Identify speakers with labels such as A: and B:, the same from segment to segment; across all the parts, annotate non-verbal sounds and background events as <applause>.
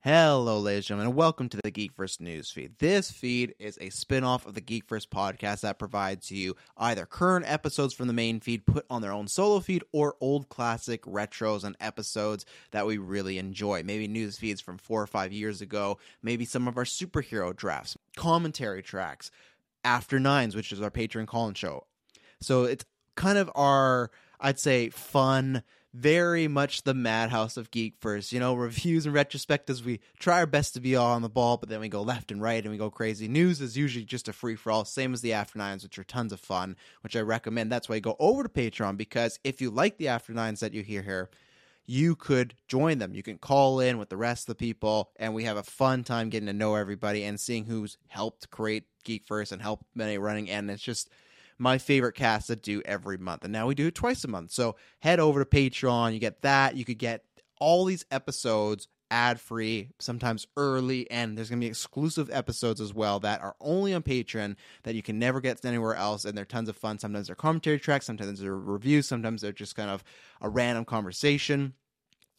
A: Hello, ladies and gentlemen, and welcome to the Geek First News Feed. This feed is a spin-off of the Geek First podcast that provides you either current episodes from the main feed put on their own solo feed or old classic retros and episodes that we really enjoy. Maybe news feeds from four or five years ago, maybe some of our superhero drafts, commentary tracks, After Nines, which is our Patreon call-in show. So it's kind of our, I'd say, fun, very much the madhouse of geek first. You know, <laughs> reviews and retrospectives, we try our best to be all on the ball, but then we go left and right and we go crazy. News is usually just a free for all, same as the After Nines, which are tons of fun, which I recommend. That's why you go over to Patreon because if you like the After Nines that you hear here, you could join them. You can call in with the rest of the people, and we have a fun time getting to know everybody and seeing who's helped create Geek First and helped many running. And it's just my favorite cast that do every month. And now we do it twice a month. So head over to Patreon. You get that. You could get all these episodes ad free, sometimes early, and there's going to be exclusive episodes as well that are only on Patreon that you can never get anywhere else. And they're tons of fun. Sometimes they're commentary tracks, sometimes they're reviews, sometimes they're just kind of a random conversation.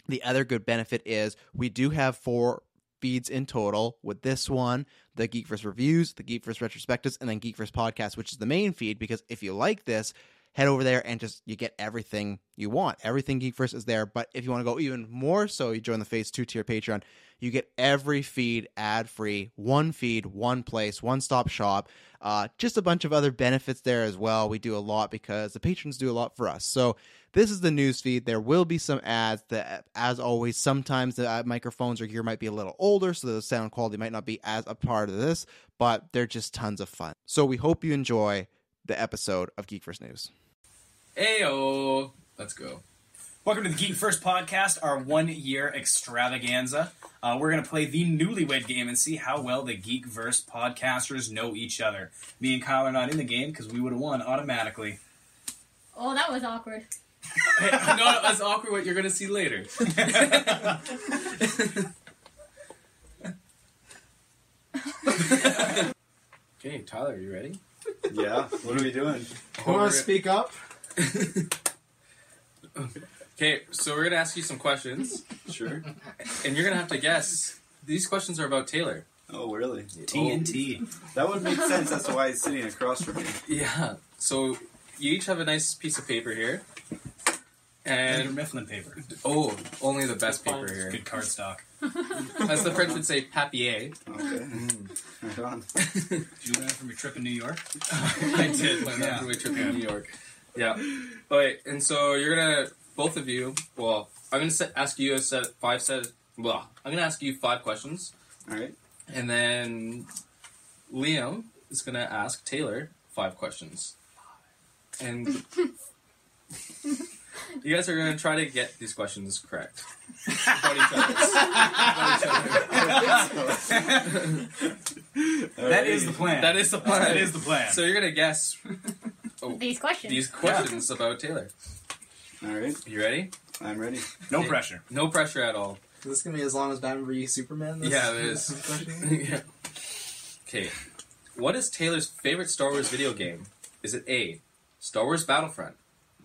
A: The other good benefit is we do have four feeds in total with this one the Geek First reviews, the Geek First retrospectives, and then Geek First podcast, which is the main feed. Because if you like this, head over there and just you get everything you want. Everything Geek First is there. But if you want to go even more so, you join the phase two tier Patreon. You get every feed ad free, one feed, one place, one stop shop. Uh, just a bunch of other benefits there as well. We do a lot because the patrons do a lot for us. So this is the news feed. There will be some ads. That, as always, sometimes the uh, microphones or gear might be a little older, so the sound quality might not be as a part of this. But they're just tons of fun. So we hope you enjoy the episode of Geek First News.
B: Ayo. Let's go.
C: Welcome to the Geek First Podcast, our one year extravaganza. Uh, we're going to play the newlywed game and see how well the Geek Verse podcasters know each other. Me and Kyle are not in the game because we would have won automatically.
D: Oh, that was awkward.
B: <laughs> Hey, no, no, that's awkward what you're going to see later. okay, Tyler, are you ready?
E: Yeah, what are we doing?
B: Wanna
A: speak
F: <laughs>
A: up?
B: Okay, so we're going to ask you some questions,
E: Sure.
B: and you're going to have to guess. These questions are about Taylor.
E: Oh, really?
C: TNT.
E: Oh, that would make sense. That's why he's sitting across from me.
B: Yeah. So you each have a nice piece of paper here.
C: And your
B: And
C: Mifflin paper.
B: oh, only the best paper here.
C: Good cardstock.
B: As the <laughs> French would say, papier.
E: Okay.
C: Mm.
E: Right on.
B: <laughs>
C: Did you learn from your trip in New York?
B: I did. My
C: Yeah.
B: yeah. we trip to New York. Yeah. All right, and so you're gonna both of you. Well, I'm gonna set, ask you a set five set. Blah. I'm gonna ask you five questions,
E: All right.
B: and then Liam is gonna ask Taylor five questions. And you guys are gonna try to get these questions <laughs> correct. About each other's. About each other. <laughs>
C: That is the plan.
B: That is the plan.
C: That is the plan.
B: So you're gonna guess
G: Oh,
D: These questions.
B: these questions about Taylor.
E: All right.
B: You ready?
E: I'm ready.
C: no pressure.
B: No pressure at all.
F: Is this gonna be as long as Batman v Superman?
C: <laughs>
F: This
B: Yeah, it
F: <laughs>
B: is. <laughs> yeah. Okay. What is Taylor's favorite Star Wars video game? Is it A. Star Wars Battlefront?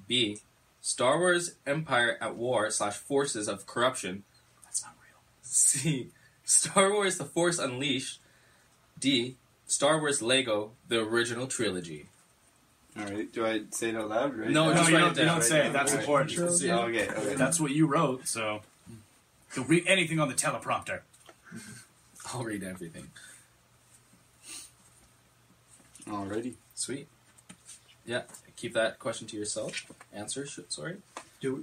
B: B. Star Wars Empire at War slash Forces of Corruption?
C: That's not real.
B: <laughs> C. Star Wars The Force Unleashed? D. Star Wars Lego The Original Trilogy?
E: All right. Do I say it out loud? Right?
B: No,
C: No,
B: just
C: you
B: write
C: don't,
B: it
C: you
B: down.
C: don't say it. That's
E: Right.
C: important.
E: Oh, okay. okay.
C: That's what you wrote, so. You'll read anything on the teleprompter.
B: I'll read everything.
E: Alrighty.
B: Sweet. Yeah, keep that question to yourself. Answer, sh- sorry.
F: Do we,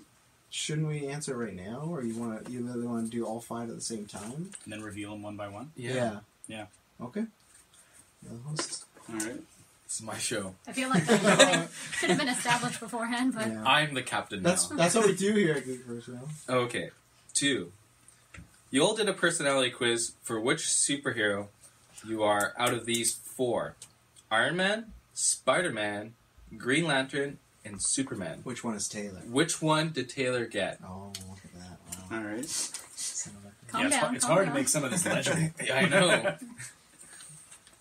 F: shouldn't we answer right now, or you want to? You really want to do all five at the same time?
C: And then reveal them one by one. Yeah.
F: Okay. The other one's-
E: Alright.
B: This is my show.
D: I feel like
F: <laughs>
D: that should have been established beforehand, but
F: Yeah.
B: I'm the captain
F: That's
B: now.
F: that's what we do here at Geek First Round.
B: Okay. Two. You all did a personality quiz for which superhero you are out of these four Iron Man, Spider Man, Green Lantern, and Superman.
F: Which one is Taylor?
B: Which one did Taylor get?
F: Oh, look at that! Wow.
E: Alright.
F: Son of a-
D: calm
C: yeah, it's,
D: down.
C: hard, it's
D: calm
C: hard
D: down.
C: to make some of this legible.
B: Yeah, <laughs> I know.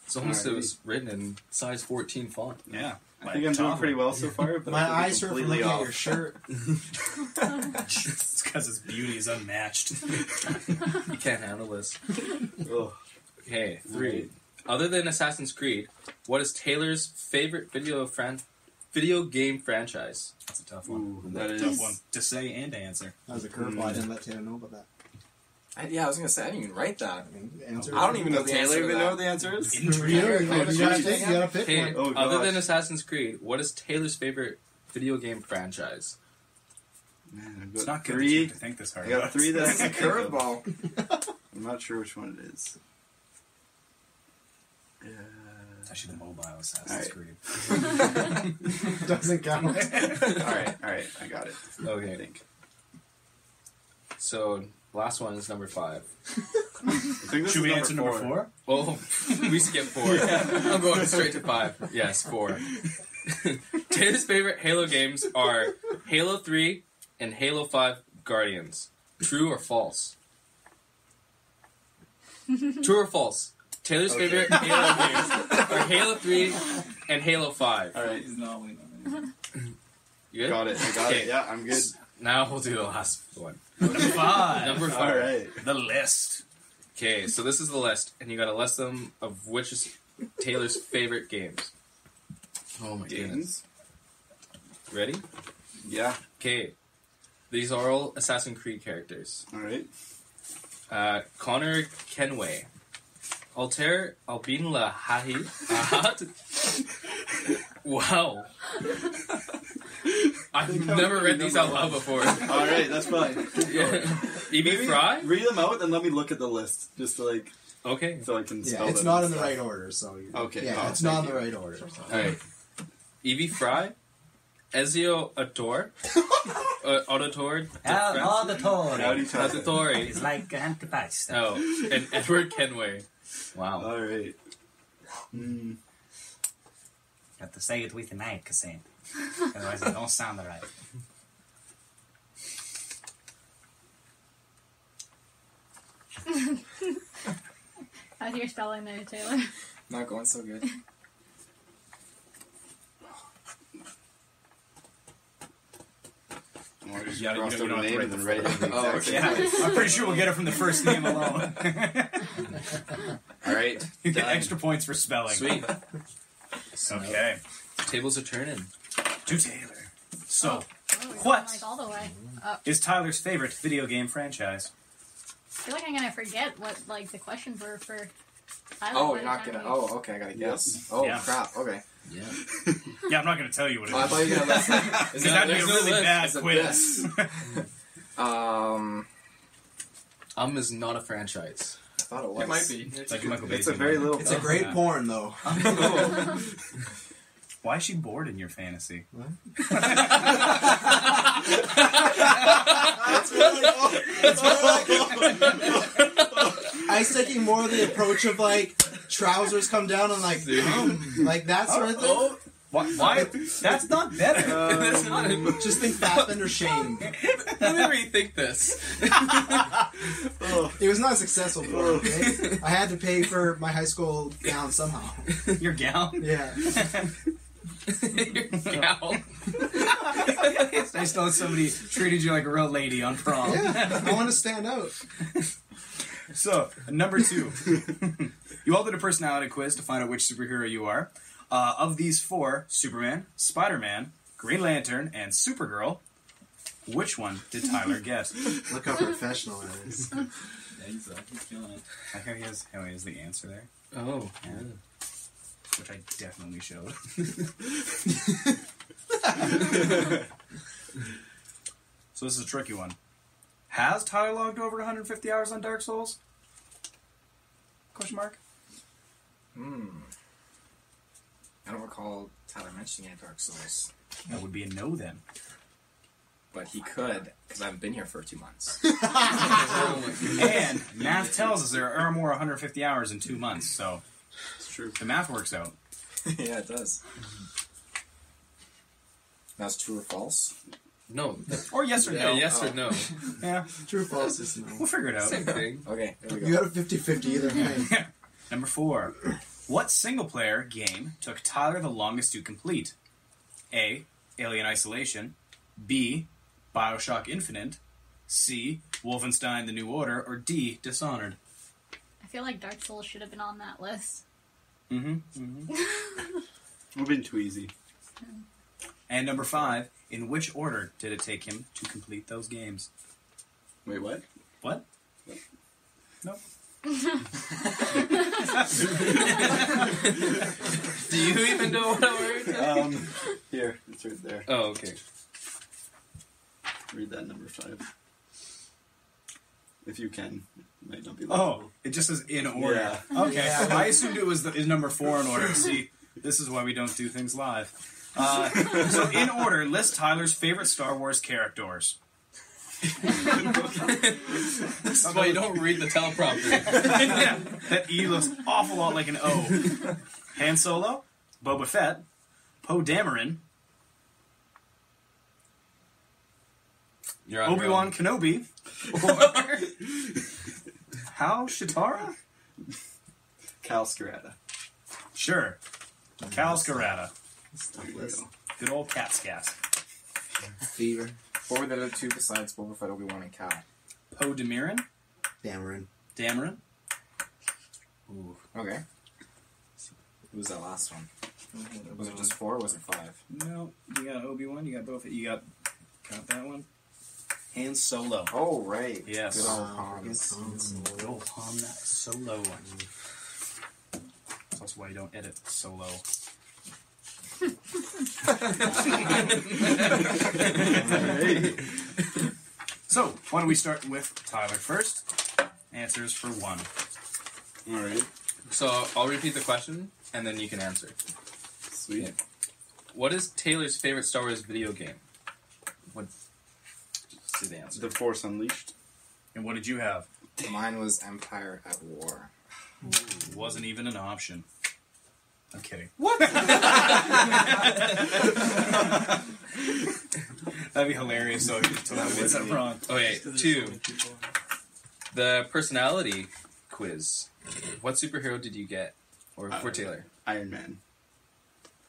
B: It's almost it
E: Alrighty.
B: was written in size 14 font.
C: yeah.
E: I think I'm doing pretty
C: <laughs>
E: well so far, but I
F: My
E: could be
F: eyes hurt from
E: completely
F: looking at
E: off.
F: your
D: <laughs>
E: <laughs>
F: shirt.
C: It's because his beauty is <laughs> unmatched.
B: You can't handle
C: <laughs>
B: this.
E: Ugh.
B: Okay, three. Other than Assassin's Creed, what is Taylor's favorite video fran- video game franchise?
C: That's a tough one.
E: Ooh, that
C: Tough
E: is.
C: one to say and to answer.
F: That was a curveball. I didn't let Taylor know about that.
G: I, yeah, I was gonna say I didn't even write that.
F: I mean, the answer.
G: I don't even know the
E: Taylor
G: answer to
E: even
G: that.
E: know what the answer is?
F: You don't even know.
G: Taylor,
F: You gotta
G: Taylor,
F: pick. You gotta pick
B: Okay,
F: one.
E: Oh,
B: other
E: gosh.
B: than Assassin's Creed, what is Taylor's favorite video game franchise?
E: Man, I've
C: It's
E: got
C: not good that you
E: three.
C: have to think this hard.
E: I got
C: about it.
G: <laughs>
E: three that I
G: That's a
E: can think of.
G: curveball.
E: I'm not sure which one it is.
C: It's actually the mobile Assassin's
E: Alright.
C: Creed.
F: <laughs>
E: <laughs>
F: Doesn't
B: <laughs>
F: count.
E: Alright, alright, I got it. I
B: Okay,
E: think.
B: so last one is number five.
E: I think this
C: Should
E: is
C: we answer number four?
B: Oh, we
C: <laughs>
B: skip four. I'm going straight to five. Yes, four. Taylor's favorite Halo games are Halo 3 and Halo 5 Guardians. True or false? True or false? Taylor's favorite Halo games are Halo 3 and Halo 5.
E: Alright,
F: He's not winning.
B: You good?
E: got it. I got
B: Okay.
E: it. Yeah, I'm good.
B: Now we'll do the last one.
C: Five.
B: Number 5.
E: Alright.
C: The list.
B: Okay, so this is the list, and you gotta list them of which is Taylor's favorite games. Oh my
E: Games?
B: Ready?
E: Yeah,
B: Okay. These are all Assassin's Creed characters.
E: alright.
B: Uh, Connor Kenway. Altair Albin Lahahi. Ahad. <laughs> wow. I've never read these out loud before.
E: Alright, that's fine.
B: Yeah. Maybe
E: Maybe
B: Fry?
E: read them out and let me look at the list just to like
B: Okay.
E: so I can
F: Yeah,
E: spell
F: it's
E: them
F: not
E: and
F: in the
E: stuff.
F: right order. So you
E: Okay,
F: yeah,
E: oh,
F: it's
E: thank
F: not in
E: you.
F: the right order.
B: Alright. Evie Fry. Ezio
F: <laughs>
B: Ator. uh, Auditor.
C: the Toro.
E: Howdy, Tata.
B: Auditori.
C: like a handkerchief.
B: Oh,
C: <laughs>
B: and Edward Kenway. Wow.
E: Alright. Mm,
C: You have to say it with an eye, Cassandra. Otherwise, it don't sound right.
D: How's your spelling there, Taylor?
G: Not going so good.
E: well, I just
C: Yeah, you
E: crossed
C: don't- you
E: out a
C: don't have to
E: name
C: write the
E: and then write it.
G: Oh, okay.
C: Yeah, I'm pretty sure we'll get it from the first name
E: <laughs>
C: alone.
E: Alright.
C: <laughs> you get extra points for spelling. <laughs>
B: Sweet.
C: Okay.
B: Tables are turning.
C: To Taylor. So,
D: Oh, we're going,
C: What?
D: Like all the way. Uh,
C: is Tyler's favorite video game franchise?
D: I feel like I'm gonna forget what like the questions were for. Tyler
G: Oh,
D: by
G: you're
D: the
G: not
D: time
G: gonna.
D: we-
G: Oh, okay. I gotta guess.
E: Yes.
G: Oh
C: Yeah.
G: crap. Okay. <laughs>
B: Yeah.
C: Yeah, I'm not going to tell you what it
G: Oh, I
C: is.
G: thought you were gonna
C: <laughs>
G: list it.
C: 'cause that'd be a
B: There's no
C: really
B: list.
C: bad
G: It's a
C: <laughs> quiz.
G: Um,
B: Um is not a franchise.
G: I thought it was.
B: be.
C: It's like a Michael Bay
E: It's a
C: thing.
E: very little
F: It's a
G: Oh.
F: great
C: yeah.
F: porn
G: <laughs>
C: <laughs>
F: though. <laughs>
C: Why is she bored in your fantasy?
F: That's really cool. That's really cool. I was taking more of the approach of like trousers come down and like um, like that sort of thing.
C: Why? why? That's not better.
B: <laughs> That's not a-
F: Um, Just think Fassbender shame.
B: <laughs> Let me rethink this.
F: It was not successful for me. Okay? I had to pay for my high school gown somehow.
C: <laughs> your gown?
F: Yeah.
B: Gal.
C: <laughs> It's nice to know somebody treated you like a real lady on prom.
F: Yeah.
C: <laughs>
F: I want to stand out.
C: So, number two. <laughs> you all did a personality quiz to find out which superhero you are. Uh, of these four Superman, Spider Man, Green Lantern, and Supergirl, Which one did
F: <laughs>
C: Tyler guess?
F: Look how professional it is.
C: exactly. uh, Killing it. I hear he has, how he has the answer there. Oh. Which I definitely <laughs> showed. so this is a tricky one. Has Tyler logged over 150 hours on Dark Souls? Question mark.
G: Hmm. I don't recall Tyler mentioning it, Dark Souls.
C: That would be a no then.
G: But he could, because I haven't been here for two
F: <laughs>
G: months.
C: and math tells us there are more 150 hours in two months, so it's true. The math works out.
G: <laughs> yeah, it does. That's true or false?
B: No.
C: Or yes or
B: Yeah,
C: no.
B: yes or
C: Oh. <laughs>
B: no.
C: yeah.
F: True or false is no.
C: We'll figure it out.
B: Same thing.
G: Okay, there we
F: You
G: go.
F: got a 50 50 <laughs> either way.
C: Number four. What single player game took Tyler the longest to complete? A. Alien Isolation. B. Bioshock Infinite. C. Wolfenstein The New Order. Or D. Dishonored.
D: I feel like Dark Souls should have been on that list.
C: Mm-hmm.
E: <laughs> We've been too easy.
C: And number five. In which order did it take him to complete those games?
E: Wait, what?
C: What? Nope. <laughs>
E: <laughs>
B: Do you even know what I word?
E: Um, here, it's right there.
B: Oh, okay.
E: Read that number five. If you can, it might not be.
C: Oh, it just says in order.
E: Yeah.
C: Okay, I assumed it was the, is number four in order. See, this is why we don't do things live. Uh, so, in order, list Tyler's favorite Star Wars characters.
B: This is why you don't read the teleprompter.
C: yeah, <laughs> that E looks awful lot like an O. Han Solo, Boba Fett, Poe Dameron,
B: You're on your
C: Obi Wan
B: own. <laughs>
C: Kenobi, or Hal Shatara?
E: Cal Scarata.
C: Sure, Cal Scarata,
E: There you go.
C: good old cat's gas.
F: Fever.
G: What were the other two besides Boba Fett, Obi-Wan, and Cal?
C: Poe Dameron,
F: Dameron.
C: Dameron,
G: Okay. Who was that last one? Was it just four or was it five?
C: No, you got Obi Wan, you got Boba Fett, you got got that one. Han Solo.
G: Oh, right.
C: Yes.
G: Good old
F: Wow, good
G: Hans.
F: call.
C: Good old Han Solo.
G: Mm.
C: That's why you don't edit
G: <laughs>
C: Solo. <laughs> so why don't we start with Tyler first? Answers for one.
E: All right.
B: So I'll repeat the question, and then you can answer.
E: Sweet.
B: Yeah. What is Taylor's favorite Star Wars video game? What? Let's see the answer.
E: The Force Unleashed.
C: And what did you have?
G: Mine was Empire at War.
C: Wasn't even an option. I'm kidding. That'd be hilarious. So totally gets that wrong.
B: Okay, two. The personality quiz. What superhero did you get, or for
E: Uh,
B: Taylor?
E: Iron Man.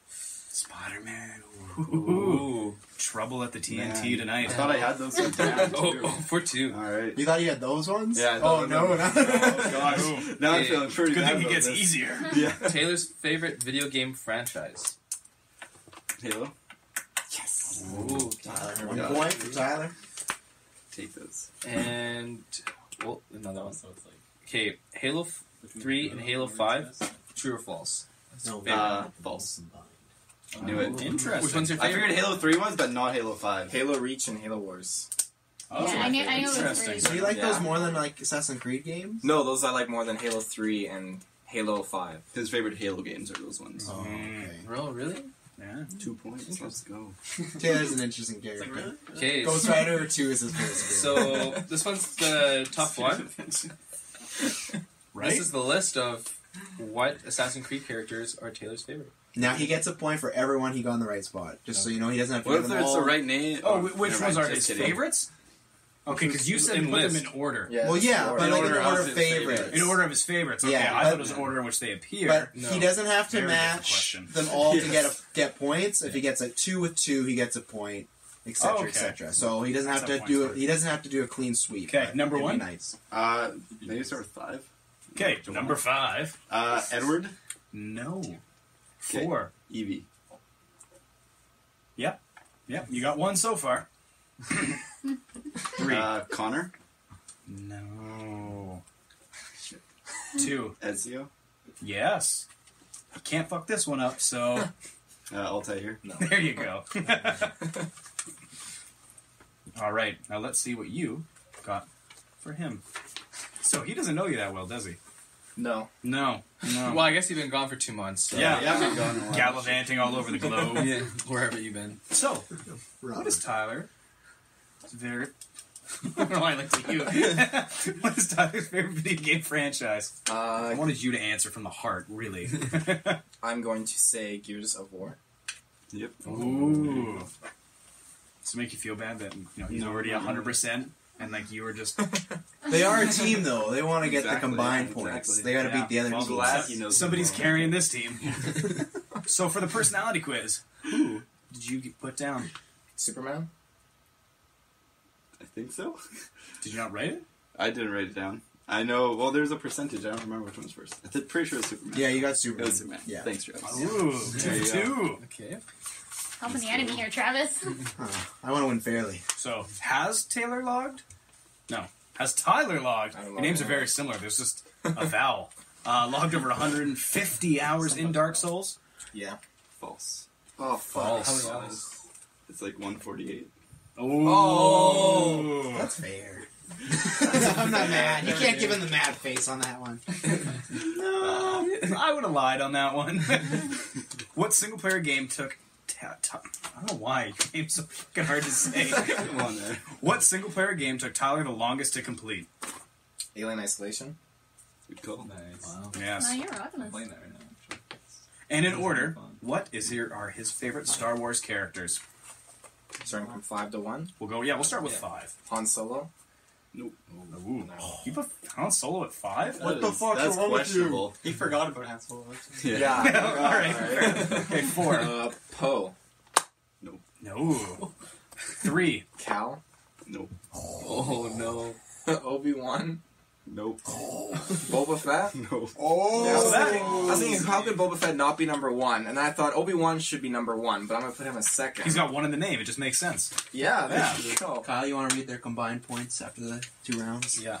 C: Spider Man.
B: Ooh.
C: <laughs> Trouble at the TNT
E: Man.
C: tonight.
E: I thought I had those. ones
C: <laughs>
E: down, too.
B: Oh, oh, for two.
E: All right.
F: You thought you had those ones?
E: Yeah, I
F: Oh,
E: thought
F: no, no.
C: gosh.
E: <laughs> Now I'm
B: Yeah.
E: feeling pretty
C: Good
E: bad
C: thing it
E: about
C: gets
E: this. <laughs>
C: easier.
E: Yeah.
B: Taylor's favorite video game franchise.
E: Halo.
B: Ooh.
F: Tyler, one point for Tyler.
E: Take those.
B: And well, another one. Okay, Halo f- three and Halo five. True or false? Oh,
F: No,
E: Uh, false. Knew it.
C: Interesting.
B: Which one's your
E: I
B: favorite?
E: figured Halo 3 was, but not Halo 5.
G: Halo Reach and Halo Wars.
C: Oh,
D: yeah, I knew, I knew it was
C: interesting.
D: three.
F: Oh, So you like those
G: Yeah.
F: more than like Assassin's Creed games?
G: No, those I like more than Halo 3 and Halo 5.
E: His favorite Halo games are those ones.
B: Oh, really?
C: Yeah.
E: Two points. Let's go.
F: Taylor's an interesting character.
B: Okay. <laughs>
F: Ghost Rider 2 is his favorite.
B: So this one's the
E: <laughs>
B: tough one.
C: Right?
B: This is the list of what Assassin's Creed characters are Taylor's favorite.
F: now he gets a point for everyone he got in the right spot. Just so you know, he doesn't have to
E: What
F: get
E: if
F: them
E: it's
F: all.
E: the right name?
C: oh, wh- which
E: never
C: ones
E: mind,
C: are his
E: just kidding.
C: favorites? Okay, because you said
B: In
C: put
B: list.
C: them in order.
F: Well, yeah,
G: Or-
F: but like in order,
E: order of
F: of
E: his
F: favorites.
C: In order of his favorites. Okay,
F: Yeah,
C: I
F: but-
C: thought it was the order in which they appear.
F: But
B: No.
F: he doesn't have to
C: Very different
F: match
C: question.
F: them all to
E: Yes.
F: get a, get points. If he gets like two with two, he gets a point, etc.,
C: Oh, okay.
F: etc. So he doesn't have
C: That's
F: to
C: a
F: do
C: point.
F: a, he doesn't have to do a clean sweep.
C: Okay,
F: but
C: number
F: it'd
C: one?
F: be Nice.
E: Uh, maybe start with 5.
C: okay, number five.
E: Uh, Edward.
C: No.
E: Okay.
C: Four.
E: Evie. <laughs>
C: Yep. Yep. You got one so far. Three.
E: Uh, Connor.
C: No. Two.
E: Ezio.
C: Yes. You can't fuck this one up, so
E: <laughs> Uh, Altair. No.
C: there you go. <laughs> All right, now let's see what you got for him. So he doesn't know you that well, does he?
G: No.
C: No. No.
B: Well, I guess you've been gone for two months. So.
C: Yeah.
E: Yeah, I've been gone a while.
C: Gallivanting all
B: <laughs>
C: over the globe.
B: yeah. Wherever you've been.
C: So, what is Tyler? Their. no, I looked at you. <laughs> what is Tyler's favorite video game franchise? I
G: Uh,
C: wanted you to answer from the heart, really.
G: I'm going to say Gears of War.
E: Yep.
C: Ooh. Does it make you feel bad that you know he's
E: No,
C: already
E: not really.
C: hundred percent and like you were just
F: They are a team, though. They want to get
E: Exactly,
F: the combined
E: exactly.
F: points. They got to
C: Yeah.
F: beat the other
E: Well,
F: team.
E: glad he knows
C: somebody's
E: the world.
C: carrying this team? so for the personality quiz, who did you get put down?
G: Superman?
E: I think so.
C: Did you not write it?
E: I didn't write it down. I know. Well, there's a percentage. I don't remember which one's first. I th- pretty sure it's Superman.
F: Yeah, you got
E: It
F: Superman.
E: was Superman.
F: Yeah.
E: Thanks, Travis.
C: Ooh,
E: There
C: two
E: you
C: for
E: go.
C: two.
B: Okay.
D: Helping the enemy
G: <laughs>
D: here, Travis.
F: I want to win fairly.
C: So has Taylor logged? No. Has Tyler logged?
G: I don't
C: Your
G: log
C: names are
G: in.
C: very similar. There's just a vowel. Uh, logged over 150 hours in Dark Souls.
G: Yeah.
E: False. Oh, fuck.
B: False.
E: It's like 148.
C: Oh. <laughs>
F: That's fair. I'm not mad. You can't give him the mad face on that one.
C: No, I would have lied on that one. <laughs> what single player game took? Ta- ta- I don't know why it became so fucking hard to say.
E: Come on there.
C: what single player game took Tyler the longest to complete?
G: Alien Isolation?
E: Good call.
B: Wow.
D: Oh,
C: Yes.
D: you're rocking
B: Playing
D: this.
B: that right now.
C: And in order, what is here are his favorite Star Wars characters?
G: Starting from 5 to 1.
C: We'll go. Yeah, we'll start with five.
G: Han Solo?
E: Nope.
C: Ooh, you put Han Solo at five?
E: What the fuck? That's questionable.
F: He forgot about Hansel.
E: Yeah.
G: all right.
C: Okay, four.
G: Uh, Poe.
E: Nope.
C: No. Three.
G: Cal.
E: Nope.
B: Oh no.
G: Obi Wan.
E: Nope.
G: Boba Fett.
E: <laughs> Nope. Oh.
G: Yeah, I, was
C: that-
G: thinking, I was thinking, how could Boba Fett not be number one? And I thought Obi Wan should be number one, but I'm gonna put him as second.
C: He's got one in the name. It just makes sense.
G: yeah, there
C: Yeah.
G: you go.
F: Kyle, you want to read their combined points after the two rounds?
B: Yeah.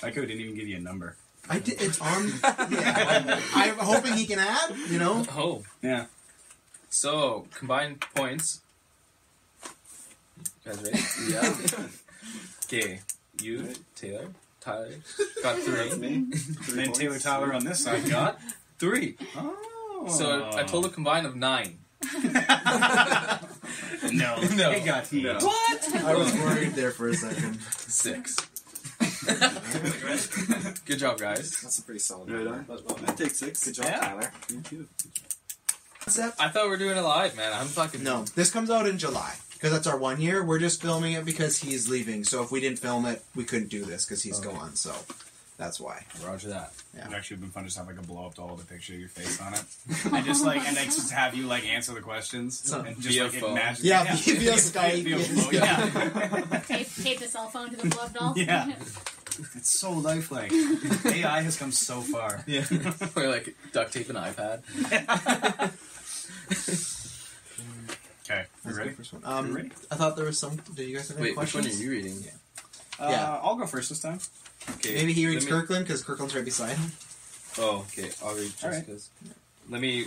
C: Tycho didn't even give you a number.
F: I did. It's armed. Yeah. <laughs> I'm hoping he can add.
B: <laughs>
F: You know.
B: Oh.
C: Yeah.
B: So combined points. You guys ready? yeah. <laughs> Okay. You, Taylor,
E: <laughs>
B: Tyler, got
E: That's
B: three.
E: me.
C: And
E: Three
C: then
E: points.
C: Taylor Tyler on this side got.
B: <laughs> Three.
C: Oh.
B: So a total combined of nine. <laughs>
C: No.
B: No.
C: It got heat.
E: No.
F: I was worried there for a second.
B: Six. <laughs> Good job, guys.
G: That's a pretty solid
E: Right
G: number.
E: on. I take six.
G: Good job,
C: Yeah.
G: Tyler.
E: You too.
F: Concept?
B: I thought we were doing it live, man. I'm fucking
F: No, this comes out in July because that's our one year. We're just filming it because he's leaving. So if we didn't film it, we couldn't do this because he's gone. So that's why.
B: Roger that.
C: It would actually have been fun to just have like a blow up doll with a picture of your face on it. and just like, and like, just <laughs> have you like answer the questions.
F: So-
C: and just like
B: Via phone.
C: imagine.
F: Yeah, via- via Skype.
C: Via phone, yeah.
D: Tape, tape the cell phone to the glove doll. <laughs>
C: Yeah. It's so lifelike. AI has come so far.
B: Yeah. <laughs> We're like duct tape an iPad.
C: Okay, you
F: That's
C: ready?
F: the first one. Um,
C: You ready?
F: I thought there was some. Do you guys have any
B: Wait, which
F: questions?
B: one are you reading?
C: Uh,
F: Yeah.
C: I'll go first this time.
B: Okay.
F: Maybe he
B: let
F: reads
B: me-
F: Kirkland because Kirkland's right beside him.
B: Oh, okay. I'll read
C: All right.
B: Jessica's. Let me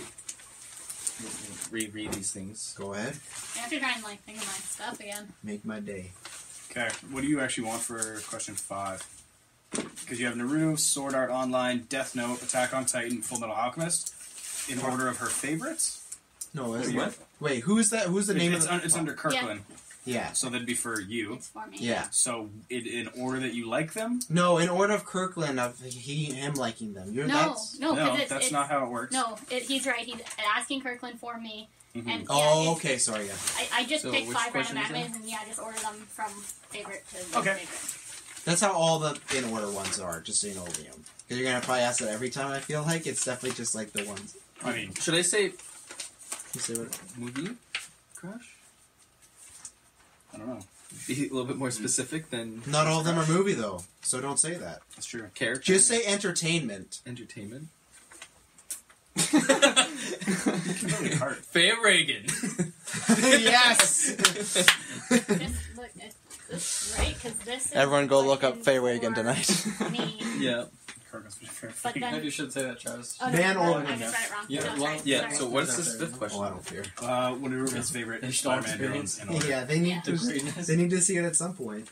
B: reread these things.
F: Go ahead,
D: After trying like think of my stuff again.
F: make my day.
C: Okay, what do you actually want for question five? Because you have Naruto, Sword Art Online, Death Note, Attack on Titan, Full Metal Alchemist, in order of her favorites.
F: No, that's
C: Wait,
F: what? Wait, who is that? Who's the name
C: It's,
F: of the? Oh.
C: un- it's under Kirkland,
F: yeah,
C: so that'd be for you.
D: It's for me.
F: yeah.
C: So in, in order that you like them.
F: No, in order of Kirkland, of he him liking them. You're
D: No,
F: that's
D: no, because
C: no,
D: it's,
C: that's
D: it's
C: not how it works. Mm-hmm.
D: no. It, he's right. He's asking Kirkland for me,
G: Mm-hmm.
D: and yeah,
F: Oh,
D: it's-
F: okay. Sorry, yeah.
D: I, I just
B: So
D: picked
B: which
D: five random
B: question is
D: animes, and yeah, I just ordered them from favorite to least
C: Okay.
D: favorite.
F: That's how all the in order ones are. Just so you know, Liam. Because you're gonna probably ask that every time. I feel like it's definitely just like the ones.
C: I mean,
B: Should I say
F: You say what?
B: movie crush?
C: I don't know.
B: Be a little bit more specific than
F: Not all of them are movie though, so don't say that.
C: That's true.
B: character.
F: Just say entertainment.
B: entertainment.
C: It's really hard.
B: Faye Reagan.
F: <laughs>
B: <laughs>
F: yes.
D: Just look at this, right? Because this is
H: Everyone go look up Fairway
D: <laughs>
H: again
F: <laughs>
H: tonight.
D: me.
B: yeah.
D: But then-
E: Maybe you should say that, Travis.
D: Oh, no,
F: Van
D: I
F: Orlen.
D: just read it wrong.
E: Yeah,
D: No,
E: well,
D: sorry,
B: Yeah.
D: sorry.
B: So what is this fifth
F: Oh, I
B: question?
F: don't care.
C: Uh, one of everyone's favorite
E: Install
C: Instagram
E: experience.
C: mandarins in order.
F: Yeah, they need to.
E: The
F: <laughs>
E: greatness.
F: They need to see it at some point.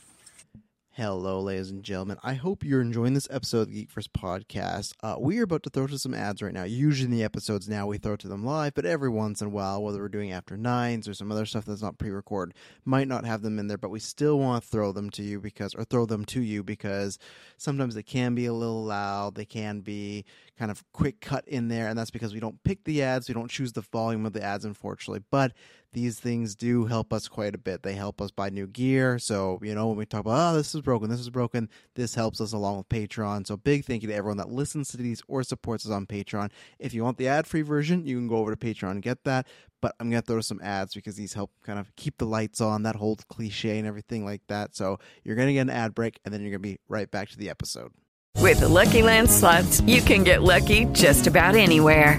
H: Hello, ladies and gentlemen. I hope you're enjoying this episode of the Geek First Podcast. Uh, we are about to throw to some ads right now. Usually, in the episodes now we throw to them live, but every once in a while, whether we're doing after nines or some other stuff that's not pre-recorded, might not have them in there. But we still want to throw them to you because, or throw them to you because sometimes they can be a little loud. They can be kind of quick cut in there, and that's because we don't pick the ads. We don't choose the volume of the ads, unfortunately. But these things do help us quite a bit. They help us buy new gear. So, you know, when we talk about, oh, this is broken, this is broken, this helps us along with Patreon. So, big thank you to everyone that listens to these or supports us on Patreon. If you want the ad free version, you can go over to Patreon and get that. But I'm going to throw some ads because these help kind of keep the lights on, that whole cliche and everything like that. So, you're going to get an ad break and then you're going to be right back to the episode.
I: With the Lucky Land slots, you can get lucky just about anywhere.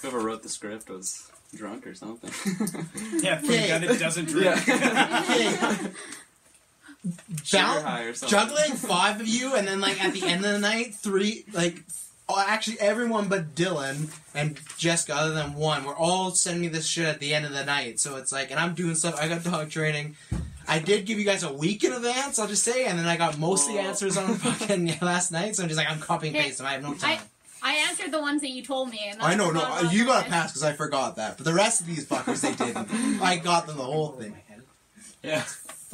A: Whoever wrote the script was drunk or something. <laughs>
C: Yeah, for the guy that doesn't drink.
A: yeah.
F: <laughs>
A: Sugar high or something.
F: juggling
A: <laughs>
F: five of you, and then like at the end of the night, three like. Oh, actually, everyone but Dylan and Jessica, other than one, were all sending me this shit at the end of the night. So it's like, and I'm doing stuff. I got dog training. I did give you guys a week in advance, I'll just say, and then I got most of the answers on fucking <laughs> last night. So I'm just like, I'm copying and pasting. I have no time.
D: I, I answered the ones that you told me. And
F: I know, no,
D: that's-
F: you got a pass because I forgot that. But the rest of these fuckers, they didn't. I got them the whole thing.
E: Yeah.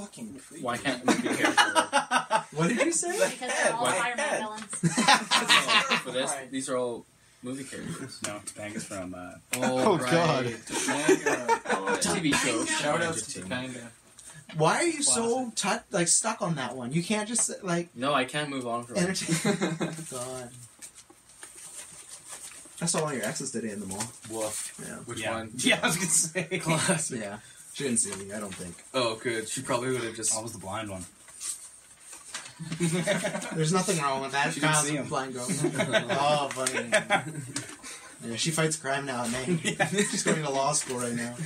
E: Fucking creepy.
C: Why can't we be careful
F: What did you say?
D: Because they're all
E: My
D: Spider-Man
E: head.
D: villains.
B: <laughs> For this, these are all movie characters.
C: No, Topanga's from. Uh,
E: Oh,
F: right. God.
E: TV show. Shout out to Topanga.
F: Why are you so tut like stuck on that one? You can't just like
B: No, I can't move on from it.
F: entertain.
B: <laughs>
F: God, I saw one of your exes today in the mall.
B: Wolf.
F: Yeah,
B: Which
C: yeah.
B: one?
C: yeah, I was gonna say.
B: Class.
F: yeah. She didn't see me. I don't think.
B: Oh, good. She probably would have just.
C: I was the blind one.
F: There's nothing wrong with that.
C: She didn't
F: Kyle's
C: see him.
F: blind girl. oh, funny. Yeah, she fights crime now at night. She's going to law school right now.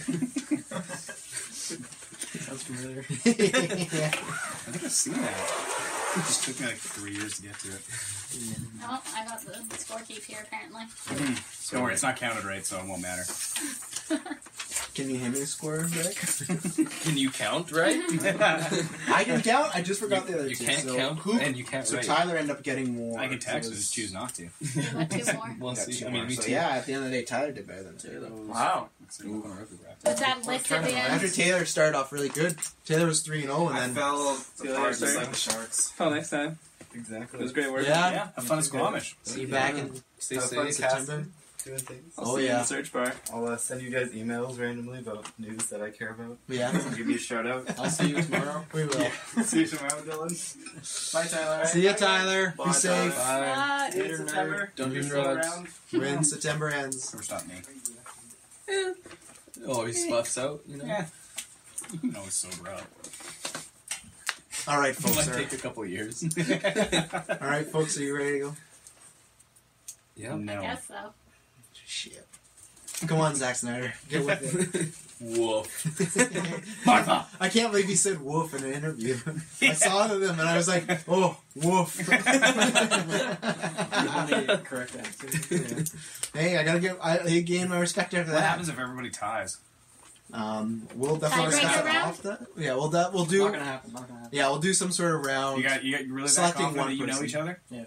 E: Sounds familiar.
F: <laughs> yeah.
C: I think I've seen that. It just took me like three years to get to it.
D: No, I got the score keep here apparently.
C: Oh, Mm, Don't worry, it's not counted right, so it won't matter.
F: <laughs> Can you hand me a square, Rick?
B: <laughs> Can you count, right?
F: <laughs> I can count. I just forgot the other
B: you
F: two.
B: can't
F: so
B: count,
F: who-
B: and you can't
F: So
B: write.
F: Tyler ended up getting more.
C: I can
F: so
C: text,
F: it
C: I just
F: was-
C: choose not to.
D: You got two more.
F: <laughs>
B: We'll
F: Yeah,
B: see.
F: two
B: I mean,
F: more.
B: me
F: so
B: too.
F: yeah, at the end of the day, Tyler did better than Taylor.
E: Wow.
D: But that lift at the end.
F: After Taylor started off really good, Taylor was 3 0, and
G: I
F: then.
G: fell apart
F: Taylor's
G: just
F: there.
G: like the sharks.
J: Till Oh, next time.
G: Exactly.
J: It was great work.
F: Yeah.
C: Yeah, have fun at Squamish.
F: See you back in
G: Stay
F: have
G: safe.
F: fun in September.
G: Casting, Doing things.
F: I'll Oh, see you in the yeah.
G: search bar. I'll uh, send you guys emails randomly about news that I care about.
F: Yeah.
G: Give me a shout out.
F: I'll see
G: <laughs>
F: you tomorrow. We will.
G: See you tomorrow, Dylan. Bye, Tyler.
F: <laughs> See ya, Tyler. Be safe.
G: Bye.
J: Bye. It's September.
G: Don't do
F: We're
G: drugs.
F: around. When September ends. Or
C: stop me.
D: Eh.
B: It
C: Oh,
B: always sloughs Oh, out, you know?
C: Yeah. <laughs> You know it's sober up.
F: All right,
B: It
F: folks.
B: might
F: are-
B: take a couple years.
F: <laughs> All right, folks. Are you ready to go?
B: Yeah.
D: I guess so.
F: Shit. Come on, Zack Snyder. Get with it.
C: <laughs>
B: Woof.
F: Martha! I can't believe he said woof in an interview. I saw them and I was like, oh, woof.
G: Correct answer.
F: hey, I gotta give, I, he gained my respect after
C: What
F: that.
C: happens if everybody ties?
F: Um, we'll definitely
C: Tiebreaker
F: start
C: round?
F: off that. Yeah, we'll, de- we'll do,
G: happen. Not gonna
F: yeah, we'll do some sort of round.
C: You got you got you really that
F: Selecting
C: confident
F: one
C: that you know
F: person.
C: each other?
F: Yeah.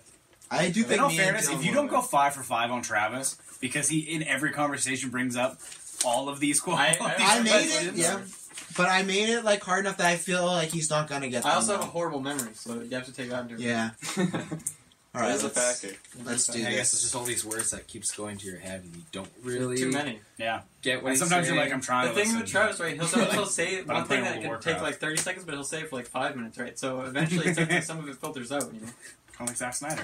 F: I do
C: In
F: think
C: all
F: me and
C: fairness,
F: Dylan
C: if you
F: will
C: don't go five for five on Travis, because he in every conversation brings up all of these quotes.
F: I made it, yeah. But I made it like hard enough that I feel like he's not gonna get.
J: I
F: them
J: also have a
F: wrong.
J: horrible memory, so you have to take that into
F: Yeah.
G: <laughs>
F: All right.
J: That is a
F: let's-
J: factor.
F: Let's do
B: I guess it's
F: this.
B: just all these words that keeps going to your head and you don't really
J: Too many.
C: Yeah.
B: get what
C: And
B: he's
C: sometimes you're
B: saying.
C: like, I'm trying
J: the
C: to
J: thing
C: listen.
J: with Travis,
C: <laughs>
J: right?
G: <laughs>
J: He'll, sometimes he'll say
C: But I'm
J: one thing
C: playing
J: that
C: World
J: can
C: of
J: take like
C: Warcraft.
J: 30 seconds, but he'll say it for like five minutes, right? So eventually, it's like some of it filters out. You know,
C: kind of like Zack Snyder.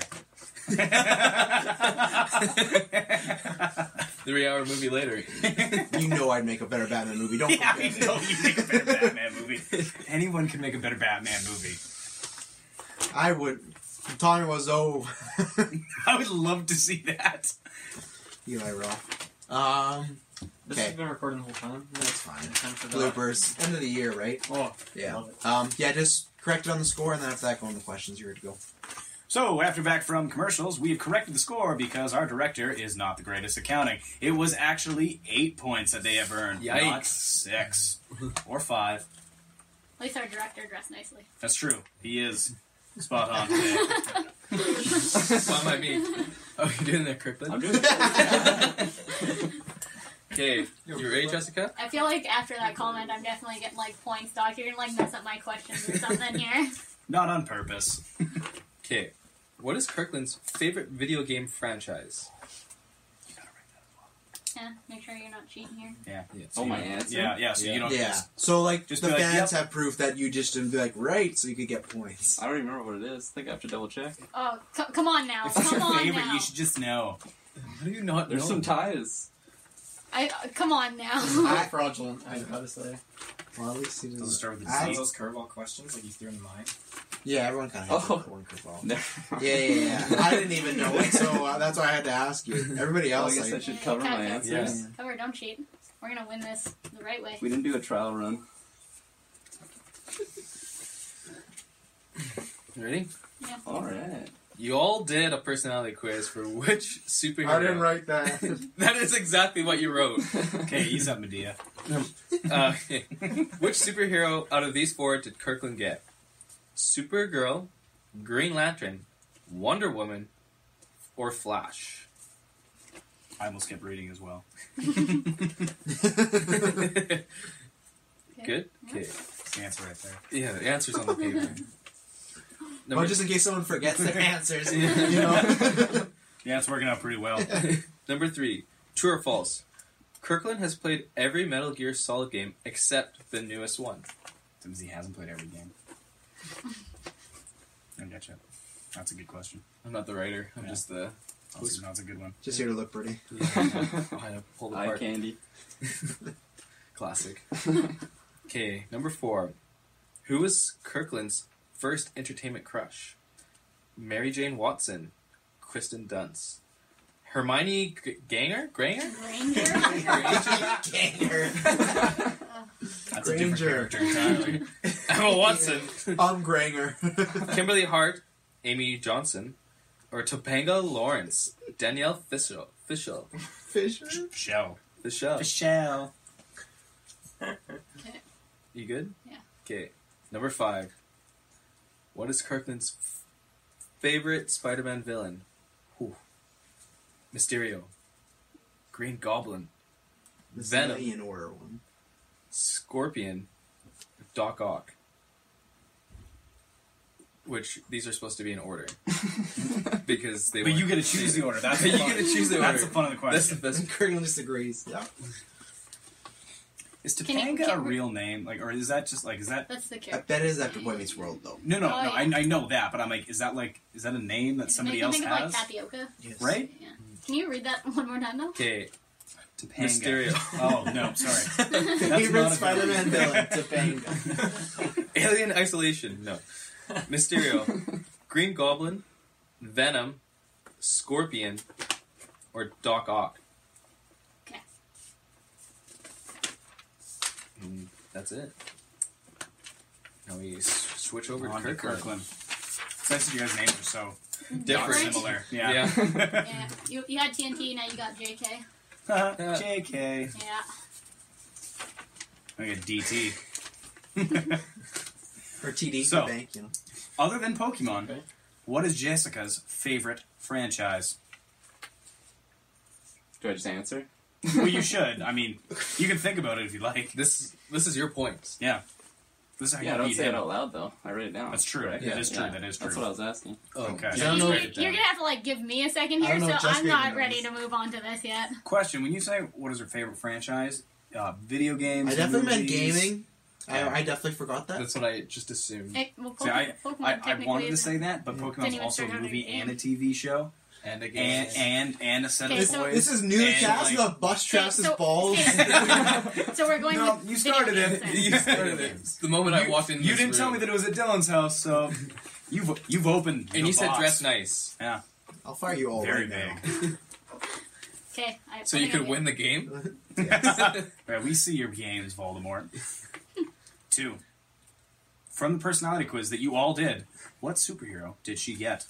B: Three hour movie later.
F: You know I'd make a better Batman movie. Don't
C: yeah, I
F: forget it.
C: know you make a better Batman movie. <laughs> Anyone can make a better Batman movie.
F: I would. Tommy was oh
C: <laughs> I would love to see that.
F: Eli Roth. Um.
J: this
F: Okay.
J: has been recording the whole time. Yeah, it's fine. Time for that.
F: Bloopers. End of the year, right?
J: Oh,
F: Yeah.
J: love it.
F: Um. Yeah. Just correct it on the score, and then after that, go on the questions. You're good to go.
C: So, after back from commercials, we have corrected the score because our director is not the greatest at counting. It was actually eight points that they have earned,
B: Yikes.
C: not six or five.
D: At least our director dressed nicely.
C: That's true. He is spot
B: <laughs>
C: on today.
B: Why am I
J: <laughs>
B: me? Oh, you're doing that, Cripplin? I'm doing <laughs> Okay, you ready, Jessica?
D: <laughs> I feel like after that comment, I'm definitely getting like points docked. You're gonna like mess up my questions or something here.
C: Not on purpose.
B: <laughs> Okay, what is Kirkland's favorite video game franchise?
D: Yeah, make sure you're not cheating here.
C: Yeah.
B: yeah
J: Oh, my
B: you-
J: answer?
C: Yeah, yeah, so you don't
F: Yeah.
C: just.
F: So like,
C: Just
F: the
C: be like,
F: fans
C: yep.
F: have proof that you just didn't be like right, so you could get points.
J: I don't even remember what it is. I think I have to double check.
D: Oh, c- come on now,
C: If it's
D: come
C: your
D: on
C: favorite,
D: now.
C: you should just know.
B: How do you not
J: There's
B: know?
J: some ties.
D: I uh, come on now. <laughs>
J: Not fraudulent. I know how to say.
F: Well, at least he didn't.
C: Does it start with
F: I-
C: a Z?
G: those curveball questions like you threw in mine.
F: Yeah, everyone kind of has
J: Oh.
F: that one
J: <laughs>
F: curveball.
J: No.
F: Yeah, yeah, yeah. I didn't even know it,
B: <laughs>
F: so uh, that's why I had to
J: <laughs>
F: ask you. Everybody
J: Well, I
F: else,
J: guess I
F: like,
J: should cover my
D: Yeah,
B: yeah.
J: answers.
D: Cover, don't cheat. We're gonna win this the right way.
J: We didn't do a trial run.
B: You <laughs> ready?
D: Yeah.
J: All right.
B: You all did a personality quiz for which superhero?
F: write that.
B: <laughs> That is exactly what you wrote.
C: Okay, he's up, Medea.
B: Uh, <laughs> which superhero out of these four did Kirkland get? Supergirl, Green Lantern, Wonder Woman, or Flash?
C: I almost kept reading as
D: <laughs>
C: well.
B: Good? Okay.
C: It's the answer right there.
B: Yeah, the answer's on the
D: <laughs>
B: paper.
F: well,
B: Number,
F: just in case someone forgets
B: <laughs>
F: their answers, you know.
C: Yeah, it's working out pretty well.
B: <laughs> number three. True or false? Kirkland has played every Metal Gear Solid game except the newest one.
C: Since he hasn't played every game. I gotcha. That's a good question.
B: I'm not the writer. I'm
C: Yeah.
B: just the.
C: That's a, that's a good one.
F: Just here to look pretty.
C: <laughs>
B: I know, pull the
J: Eye
B: part.
J: candy.
B: <laughs> Classic. okay, number four. Who was Kirkland's first entertainment crush? Mary Jane Watson, Kristen Dunst, Hermione G- Ganger, Granger,
F: <laughs>
D: Ranger?
F: Ganger.
C: That's a different
F: Granger.
C: character entirely.
B: <laughs> Emma Watson,
F: <laughs> I'm Granger. <laughs>
B: Kimberly Hart, Amy Johnson, or Topanga Lawrence, Danielle Fishel, Fishel,
F: Fisher?
C: Shell.
B: Fishel.
C: Shell.
B: You good?
D: Yeah.
B: Okay. Number five. What is Kirkland's f- favorite Spider-Man villain? Whew. Mysterio. Green Goblin. Venom.
G: Million order one.
B: Scorpion, Doc Ock. Which these are supposed to be
G: <laughs>
B: in order because they.
C: But you
B: weren't.
C: get to choose the order.
B: <laughs>
C: That's
B: But
C: the
B: you
C: fun.
B: get to choose the order.
C: That's the fun of the
B: That's the best.
G: Colonel disagrees. Yeah.
C: Is
D: Can you-
C: Topanga a
D: can-
C: real name? Like, or is that just like is that?
D: That's the
G: I
D: character.
G: bet it is after Boy Meets World though.
C: No, no,
D: Oh,
C: no. I,
D: yeah.
C: I know that, but I'm like, is that like is that a name that somebody else
D: Make me think
C: has?
D: of like tapioca.
C: Right?
D: Yeah. Can you read that <laughs> one more time now?
B: Okay.
C: Topanga.
B: Mysterio.
C: <laughs> Oh no,
G: <laughs>
C: sorry. That's
G: Favorite
C: not a-
G: Spider-Man
B: <laughs>
G: villain, Topanga.
B: Alien Isolation. No. Mysterio, Green Goblin, Venom, Scorpion, or Doc Ock.
D: Okay.
B: And Mm, that's it. Now we s- switch over
C: On
B: to
C: to
B: Kirkland.
C: Kirkland. It's nice that you guys' names are so not
B: Different.
C: similar. Yeah.
D: Yeah. You, you had TNT, now you got JK.
C: <laughs>
B: <laughs>
C: Jk.
D: Yeah.
C: I got DT.
G: <laughs> Or TD
C: So-
G: so, Bank, you know.
C: Other than Pokemon, what is Jessica's favorite franchise?
E: Do I just answer?
C: Well, you should. I mean, you can think about it if you like.
B: This this is your points.
C: Yeah. This is how
E: Yeah,
C: you
E: don't
C: beat
E: say
C: him.
E: it out loud though. I wrote it down.
C: That's true.
E: Right?
C: That is true. That is
E: That's
C: true.
E: what I was asking.
C: Okay.
G: I don't know
D: You're,
G: if-
D: you're gonna have to like give me a second
G: I
D: here,
G: don't know if
D: so
G: Jessica
D: I'm
G: even
D: not
G: knows.
D: ready to move on to this yet.
C: Question: When you say what is her favorite franchise, uh, video games?
F: I definitely meant
C: movies-
F: gaming. I, I definitely forgot that.
B: That's what I just assumed.
D: It, well, Pokemon,
C: See, I,
D: Pokemon
C: I, I
D: technically
C: wanted to
D: is-
C: say that, but
D: Didn't
C: Pokemon's
D: even
C: also a
D: start out
C: movie
D: as a
C: and a
D: game.
C: TV show,
B: And again.
C: and and and a set
D: Okay,
C: of
D: so-
C: toys.
F: This is new
C: and,
F: cast
C: like-
F: of Bus
D: Okay,
F: Traps'
D: so-
B: <laughs>
D: <laughs>
F: balls.
D: <laughs>
C: <laughs>
D: So we're going.
C: No,
D: with
C: you
D: video
C: started
D: games
C: it.
D: then.
C: <laughs> You started it.
B: The moment I
C: You-
B: walked in,
C: You
B: this
C: didn't tell
B: room-
C: me that it was at Dylan's house,
F: <laughs>
C: so you've you've opened. the
B: And you said
C: box.
B: dress nice,
C: Yeah,
G: I'll fire you all
C: very
G: right now.
F: <laughs>
C: big.
D: Okay. I,
B: so you
D: I think I
B: could
D: do.
B: win the game.
C: <laughs> Right, we see your games,
B: <laughs>
C: Voldemort. Two. From the personality quiz that you all did, what superhero did she get?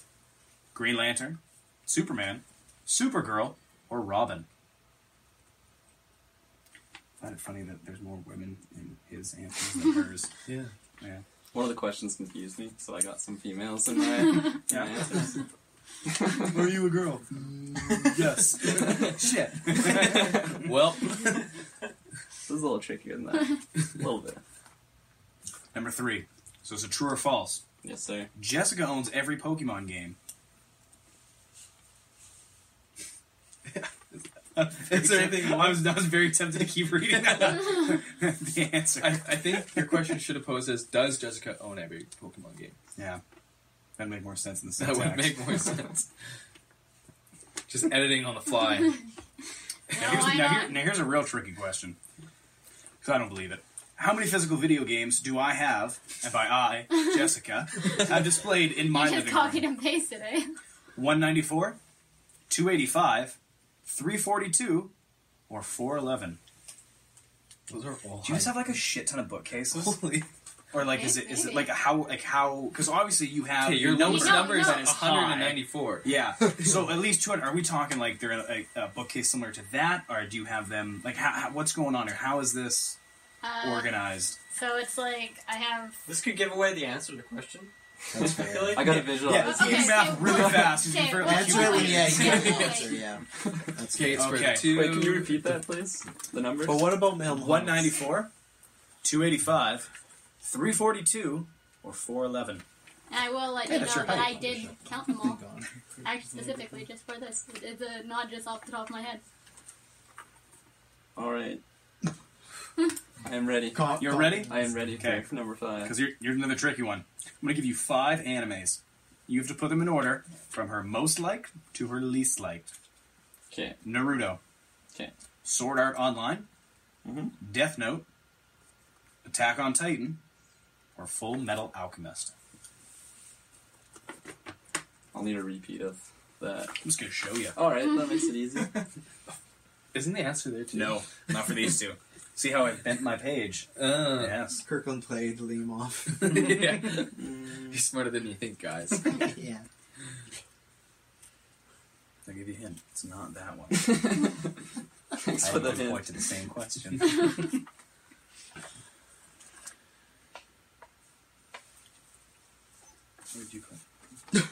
C: Green Lantern, Superman, Supergirl, or Robin? I find it funny that there's more women in his answers than hers.
B: Yeah.
C: <laughs> Yeah.
E: One of the questions confused me, so I got some females
C: <laughs>
E: in my, in
C: Yeah.
E: my answers. <laughs>
C: Are you a
B: <laughs>
C: girl?
B: Mm,
C: yes. Shit. <laughs>
B: Well, <laughs>
E: This is a little trickier than that. a little bit.
C: Number three. So it's a true or false.
E: Yes, sir.
C: Jessica owns every Pokemon game.
B: <laughs> is there anything?
C: I was, I was very tempted to keep reading that
B: <laughs>
C: one. <laughs> the answer.
B: I, I think your question should have posed as: Does Jessica own every Pokemon game?
C: yeah. That'd make more sense in the
B: That
C: syntax.
B: would
C: <laughs>
B: make more sense. Just editing on the fly.
D: No,
C: <laughs> now, here's,
D: why
C: now,
D: not?
C: here-
D: <laughs>
C: now here's a real tricky question. Because I don't believe it. How many physical video games do I have, and by I, Jessica, have displayed in my
D: You <laughs> just
C: living room?
D: copied and pasted it.
C: 194, 285, 342, or 411?
B: Those are all.
C: Do you just
B: high-
C: have like a shit ton of bookcases?
B: Holy.
C: Or like, is it is it like
D: Maybe.
C: how like how? Because obviously you have
B: Okay, your
C: the
B: lowest
D: You know,
B: number is
D: no.
B: at
C: high.
B: 194. <laughs>
C: Yeah, so at least two hundred. Are we talking like they're a, a bookcase similar to that, or do you have them like how, how, what's going on here? How is this
D: Uh,
C: organized?
D: So it's like I have.
J: This could give away the answer to the question.
G: That's
J: <laughs> I feel
G: fair.
J: like.
E: I got to visualize.
D: Okay,
C: do math
D: so
C: really
D: what-
C: fast. You
D: okay,
C: prefer-
D: what-
G: Answer it when yeah, you get
D: what-
G: the answer, yeah. That's
B: Okay,
G: fair.
B: it's
C: Okay.
B: for two.
E: Wait, can you repeat that, please? The numbers?
G: But what about Mel?
C: One ninety four, two eighty five, three forty two, or four eleven.
D: And I will let
C: Yeah,
D: you
C: that's
D: know
C: your
D: that I
C: height.
D: did count them all. Actually, specifically just for this. It's a not just off the top of my head.
E: All right. <laughs> I am ready.
F: Con-
C: You're
F: con-
C: ready?
E: I am ready
C: Okay.
E: for- for number five.
C: Because you're, you're another tricky one. I'm going to give you five animes. You have to put them in order from her most liked to her least liked.
E: Okay.
C: Naruto,
E: Okay. Mm-hmm.
C: Sword Art Online, Death Note, Attack on Titan, or Full Metal Alchemist.
E: I'll need a repeat of that.
C: I'm just going to show you.
E: All right, that makes it easy.
B: <laughs> Isn't the answer there too?
C: No, not for these two. See how I bent my page?
B: Uh,
C: Yes.
F: Kirkland played Liam off.
B: <laughs>
F: <laughs>
B: yeah. You're smarter than you think, guys.
F: yeah.
C: I'll give you a hint. It's not that one.
E: <laughs> Thanks
C: I
E: for
C: would
E: the
C: point
E: hint.
C: to the same
E: <laughs>
C: question. Where'd you click?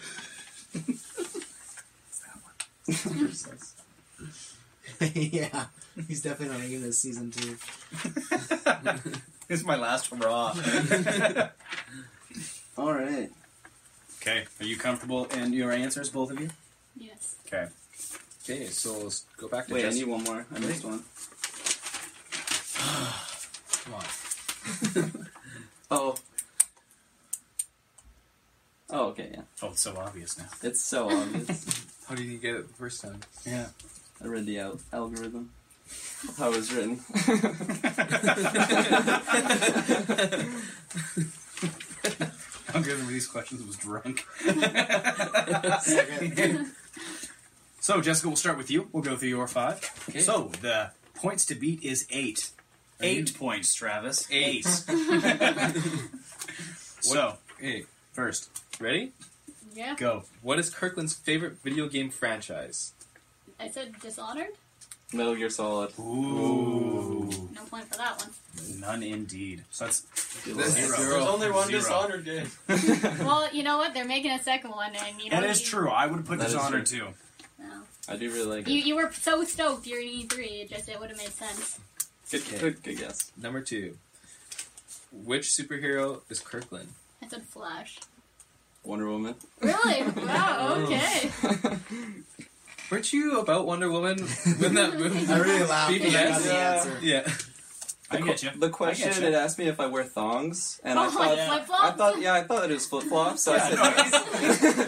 C: it's that one.
F: <laughs> yeah, he's definitely not making this season two.
G: This is my last
E: <laughs>
G: hurrah.
C: All right. Okay. Are you comfortable in your answers, both of you?
D: Yes.
C: Okay.
B: Okay, so let's go back to
E: Wait,
B: Jess-
E: I need one more. I missed
C: <sighs>
E: one.
B: Come on.
E: <laughs> Oh. Oh, okay, yeah.
C: Oh, it's so obvious now.
E: It's so obvious.
B: How did you get it the first time?
C: Yeah.
E: I read the al- algorithm. That's how it was written.
C: I'm good with these questions. Was drunk. <laughs> so Jessica, we'll start with you. We'll go through your five. So the points to beat is eight. Eight points, Travis. <laughs> Eight. so
B: Hey,
C: first,
B: ready?
D: Yeah.
C: Go.
B: What is Kirkland's favorite video game franchise?
D: I said Dishonored.
E: Metal Gear Solid.
C: Ooh.
D: No point for that
C: <laughs>
D: one.
C: none indeed. So that's zero.
E: There's- there's only one
C: Zero.
E: Dishonored game.
D: well, you know what? They're making a second one, and you know
C: That is
D: you-
C: true. I would have put
E: That is
C: Dishonored
E: true.
C: too.
D: No.
E: I do really like
D: You,
E: it.
D: you were so stoked during E3, it just it would have made sense.
E: Good, good, good guess.
B: Number two. Which superhero is Kirkland?
D: I said Flash.
E: Wonder Woman.
C: <laughs>
D: Really? Wow.
C: Oh.
D: Okay.
B: Weren't you about Wonder Woman when
F: <laughs>
B: that movie?
F: I really laughed when I got
B: BBS?
F: the
B: Yeah.
F: answer.
B: Yeah.
E: The,
C: I
E: que-
C: get you.
E: the question
C: I get
E: it
C: you.
E: asked me if I wear thongs, and I
D: Oh,
E: thought,
D: yeah.
E: I
D: Flip-flops?
E: thought, yeah, I thought it was flip flops. So I said,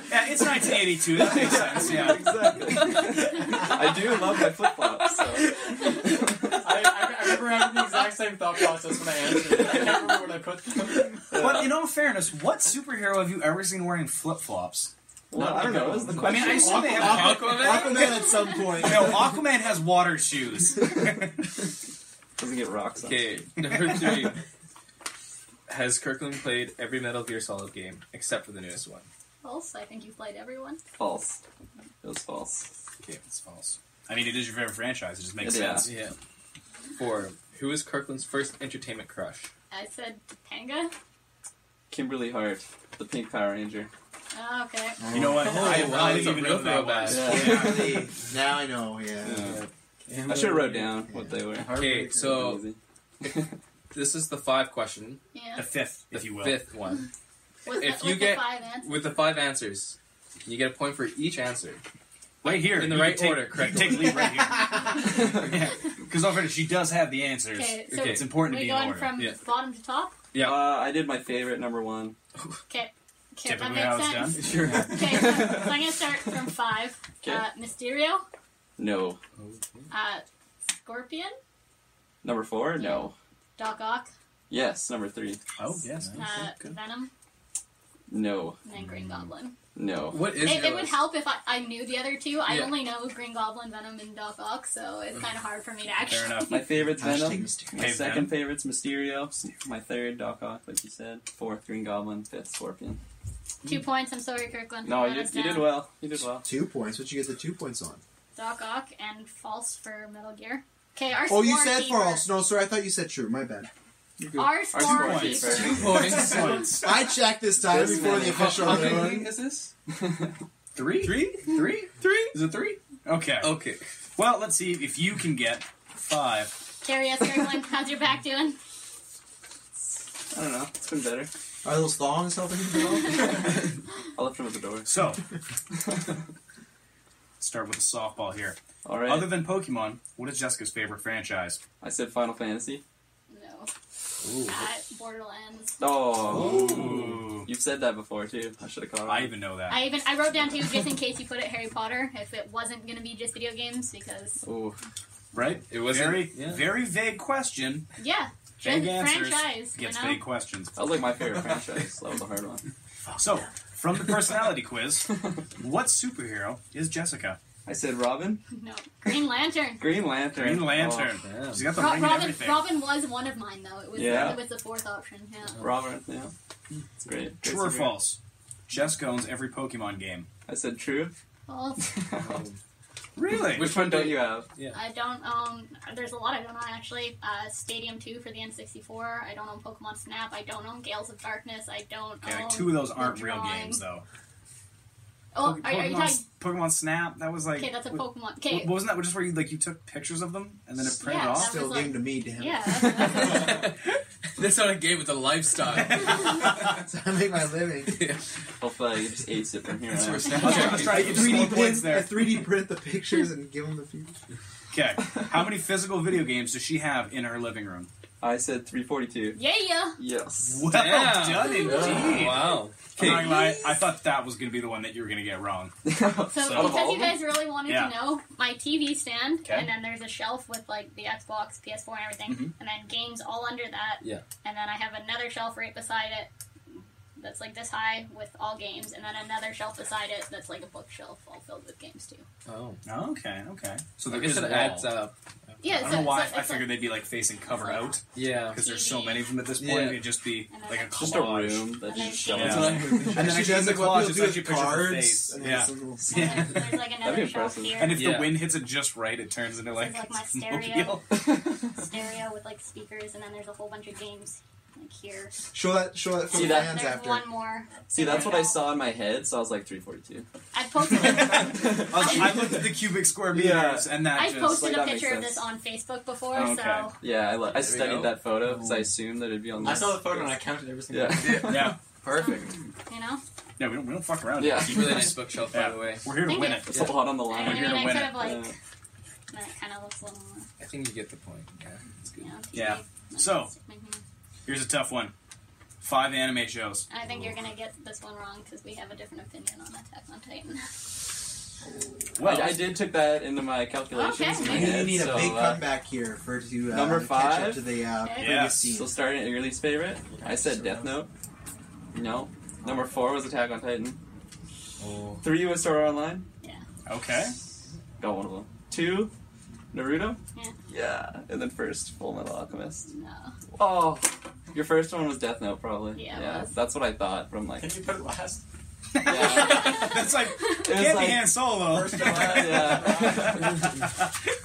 C: Yeah, it's 1982. That makes sense. Yeah.
E: I do love my flip flops. So.
J: <laughs> I, I, I remember having the exact same thought process when I answered it. I can't remember what I put.
C: But in all fairness, what superhero have you ever seen wearing flip flops?
E: Well, I don't know. It was the
C: I
E: question.
C: mean, I assume they have
F: Aquaman at some point.
C: No, Aquaman has water shoes.
E: Doesn't get rocks. on.
B: Okay, number three. Has Kirkland played every Metal Gear Solid game except for the newest one?
D: False. I think you played everyone.
E: False. It was false.
C: Okay, it's false. I mean, it is your favorite franchise. It just makes
E: Yeah.
C: sense.
B: Yeah. Four. Who is Kirkland's first entertainment crush?
D: I said Topanga.
E: Kimberly Hart, the Pink Power Ranger.
D: Oh, okay.
C: You know what? I,
B: wow,
C: I
B: that's
C: didn't
B: a
C: even
B: real
C: know that
B: throwback.
C: was.
E: Yeah. <laughs>
F: Really? now I know. Yeah.
E: I should have wrote down what they were.
B: Okay, so
E: Easy.
B: <laughs> this is the five question,
D: Yeah.
C: The fifth,
B: the
C: if you will.
B: fifth one.
D: Was
B: if
D: that,
B: you
D: <laughs> with
B: get-
D: the five answers?
B: With the five answers, you get a point for each answer.
C: Right here.
B: In the
C: you
B: right
C: can take-
B: order,
C: you can
B: correct
C: Take lead right here.
B: <laughs>
C: <laughs> Because all fairness, she does have the answers.
D: Okay, so
B: Okay.
C: It's important to
D: we
C: be in
D: going
C: order.
D: from
B: Yeah.
D: bottom to top.
E: uh,
B: Yeah.
E: I did my favorite number one.
D: Okay. Okay, that
C: Typically
D: makes
C: how it's
D: sense.
C: done. <laughs>
B: Sure.
D: Okay, so, so I'm gonna start from five.
E: 'Kay.
D: Uh, Mysterio,
E: No.
D: uh, Scorpion,
E: Number four? No.
D: Doc Ock,
E: Yes. Number three?
C: Oh, yes.
D: uh, Venom,
E: No.
D: and then Green Goblin.
E: No.
B: What is
D: It,
B: your
D: it would
B: list?
D: help if I, I knew the other two. I
B: Yeah.
D: only know Green Goblin, Venom, and Doc Ock, so it's kind of hard for me to actually.
C: Fair enough.
E: My favorite's Venom.
F: Hashtag
E: My
C: Hey,
E: second favorite's Mysterio. My third, Doc Ock, like you said. Fourth, Green Goblin. Fifth, Scorpion.
D: <laughs> Two points. I'm sorry, Kirkland.
E: No,
D: One
E: you,
D: is
E: you did
D: down.
E: well. You did well.
A: Two points. What you get the two points on?
D: Doc Ock and false for Metal Gear. Okay, our
A: Oh, you
D: score
A: said
D: keeper.
A: false. No, sorry, I thought you said true. My bad.
D: Our
E: Our
D: score
E: score
D: keeper.
E: keeper.
B: Points.
F: <laughs>
C: Points.
A: <laughs> I checked this time
E: This
A: before
E: man.
A: the official
B: How
A: ruling.
B: many is this?
C: Three? Three? Three?
B: Three?
C: Is it three? Okay.
B: Okay.
C: Well, let's see if you can get five.
D: Carrie S. Kirkland, how's your back doing?
E: I don't know. It's been better.
A: Are those thongs helping you? at all?
E: I left him at the door.
C: So, start with a softball here.
E: All right.
C: Other than Pokemon, what is Jessica's favorite franchise?
E: I said Final Fantasy.
D: No. Uh, Borderlands.
E: Oh.
C: Ooh.
E: You've said that before, too. I should have caught
C: I
E: it.
C: even know that.
D: I even I wrote down too, just in case you put it Harry Potter, if it wasn't gonna be just video games, because
E: Ooh.
C: right?
B: It wasn't-
C: very,
B: yeah.
C: very vague question.
D: yeah,
C: Vague
D: just
C: answers
D: franchise. You
C: gets
D: know,
C: vague questions.
E: That was like my favorite franchise. That was a hard one.
C: <laughs> So, from the personality quiz, what superhero is Jessica?
E: I said Robin.
D: <laughs> no Green Lantern.
E: Green Lantern.
C: Green Lantern.
E: Oh,
B: yeah.
C: She's got the
D: Ro-
C: ring and
D: Robin,
C: everything.
D: Robin was one of mine though. It was
E: Yeah.
D: it was the fourth option. Yeah.
E: Robin. Yeah. It's great. Great
C: True or
E: superhero.
C: false? Jessica owns every Pokemon game.
E: I said true.
C: <laughs>
D: Well,
C: Really?
E: Which one don't you have?
D: I don't own. There's a lot I don't own actually. Uh, Stadium Two for the N64. I don't own Pokemon Snap. I don't own Gales of Darkness. I don't
C: Okay,
D: own.
C: like two of those aren't
D: the
C: real
D: drawing.
C: games, though.
D: Oh,
C: Poke-
D: are, are you
C: Pokemon,
D: talking?
C: S- Pokemon Snap. That was like.
D: Okay, that's a
C: what-
D: Pokemon. Okay.
C: what- Wasn't that just where you like you took pictures of them and then it printed
D: Yeah,
C: off?
D: that Still was, game like-
C: to me, damn. <laughs>
D: Yeah.
K: That's not a game;
B: <laughs>
K: it's a lifestyle.
F: I <laughs> make my living.
B: Hopefully, you just ace it from here.
F: That's
B: on.
F: where
C: Snap-
B: <laughs>
C: Okay, let's try to
F: <laughs>
C: get
F: 3D
C: some more points
F: print,
C: there.
F: I 3D print the pictures and give them the people.
C: Okay. How many physical video games does she have in her living room? I said 342.
D: Yeah, yeah.
B: Yes.
C: Well
B: Damn.
C: done indeed.
B: Yeah. Wow.
C: I'm not gonna lie, I thought that was going to be the one that you were going to get wrong.
E: <laughs>
D: So, because you guys really wanted
C: Yeah.
D: to know, my TV stand,
C: Okay.
D: and then there's a shelf with like the Xbox, PS4, and everything,
C: Mhm.
D: and then games all under that.
C: Yeah.
D: And then I have another shelf right beside it that's like this high with all games, and then another shelf beside it that's like a bookshelf all filled with games too.
K: Oh.
C: Okay. Okay. So
K: I
C: there
K: guess
C: is
K: it
C: a wall.
K: adds up.
D: Yeah,
C: I don't
D: so-
C: know why
D: so
C: I
D: it's a-
C: figured they'd be like facing cover out.
K: Yeah.
C: Because there's so
D: TV.
C: many of them at this point,
K: Yeah.
C: it'd just be like a collage.
B: Just a room that
D: just
B: shows
C: Yeah.
B: up.
C: And then
B: She
C: actually in
B: does
C: the
B: it what
C: collage,
B: people
C: it's actually
B: do with
C: pictures of her
B: cards,
C: face. <laughs>
B: and
C: Yeah.
B: it's a little-
C: yeah.
D: There's like another shelf here.
C: And if the
D: Yeah.
C: wind hits it just right, it turns into like,
D: There's
C: <laughs>
D: like my
C: a
D: stereo,
C: mobile. <laughs>
D: stereo with like speakers, and then there's a whole bunch of games like here.
F: Show that, show that for
B: See
F: the
B: that-
F: fans
D: There's
F: after.
D: one more.
B: See, that's what I saw in my head, so I was like 342.
D: I posted.
B: <laughs>
C: I I looked at the cubic square meters, and that
D: I
B: just-
D: posted
B: like,
D: a
B: that
D: picture
B: makes
D: of
B: sense.
D: this on Facebook before,
B: Oh,
D: so
B: Yeah, I, lo- I
K: we
B: studied
K: go.
B: that photo because I assumed that it'd be on.
E: I
B: this.
E: saw the photo and I counted every single.
B: Yeah.
E: one.
C: Yeah.
E: Perfect.
D: you know.
C: Yeah, we don't, we don't fuck around.
B: Yeah.
C: here.
B: Really
K: nice bookshelf, by
C: Yeah.
K: the way.
C: We're here to
D: Thank
C: win
D: you.
C: it.
B: It's a lot on the line.
D: I mean,
C: You're gonna
D: I
C: win
D: could
C: it.
D: have like that kind of looks a little more.
K: I think you get the point. Yeah, it's good.
D: You know,
C: Yeah. So,
D: mm-hmm.
C: here's a tough one. Five anime shows.
D: I think you're gonna get this one wrong because we have a different opinion on Attack on Titan.
B: Well, I, I did took that into my calculations.
D: Okay.
B: in my
D: You
B: head,
F: need a
B: so,
F: big
B: uh,
F: comeback here for to
B: <laughs>
F: uh,
B: number
F: catch
B: five
F: up to the uh,
D: Okay.
B: Yeah.
F: previous scene.
B: So starting at your least favorite, I said Death Note. No. Number four was Attack on Titan.
H: <laughs>
K: Oh.
B: Three was Sword Art Online.
D: Yeah.
C: Okay.
B: Got one of them. Two, Naruto.
D: Yeah.
B: Yeah. And then first, Full Metal Alchemist.
D: No.
B: Oh, your first one was Death Note, probably.
D: Yeah, it was.
B: that's what I thought from like.
E: Can you put it last?
C: That's like
B: was
C: can't
B: like-
C: be Han Solo. <laughs>
B: All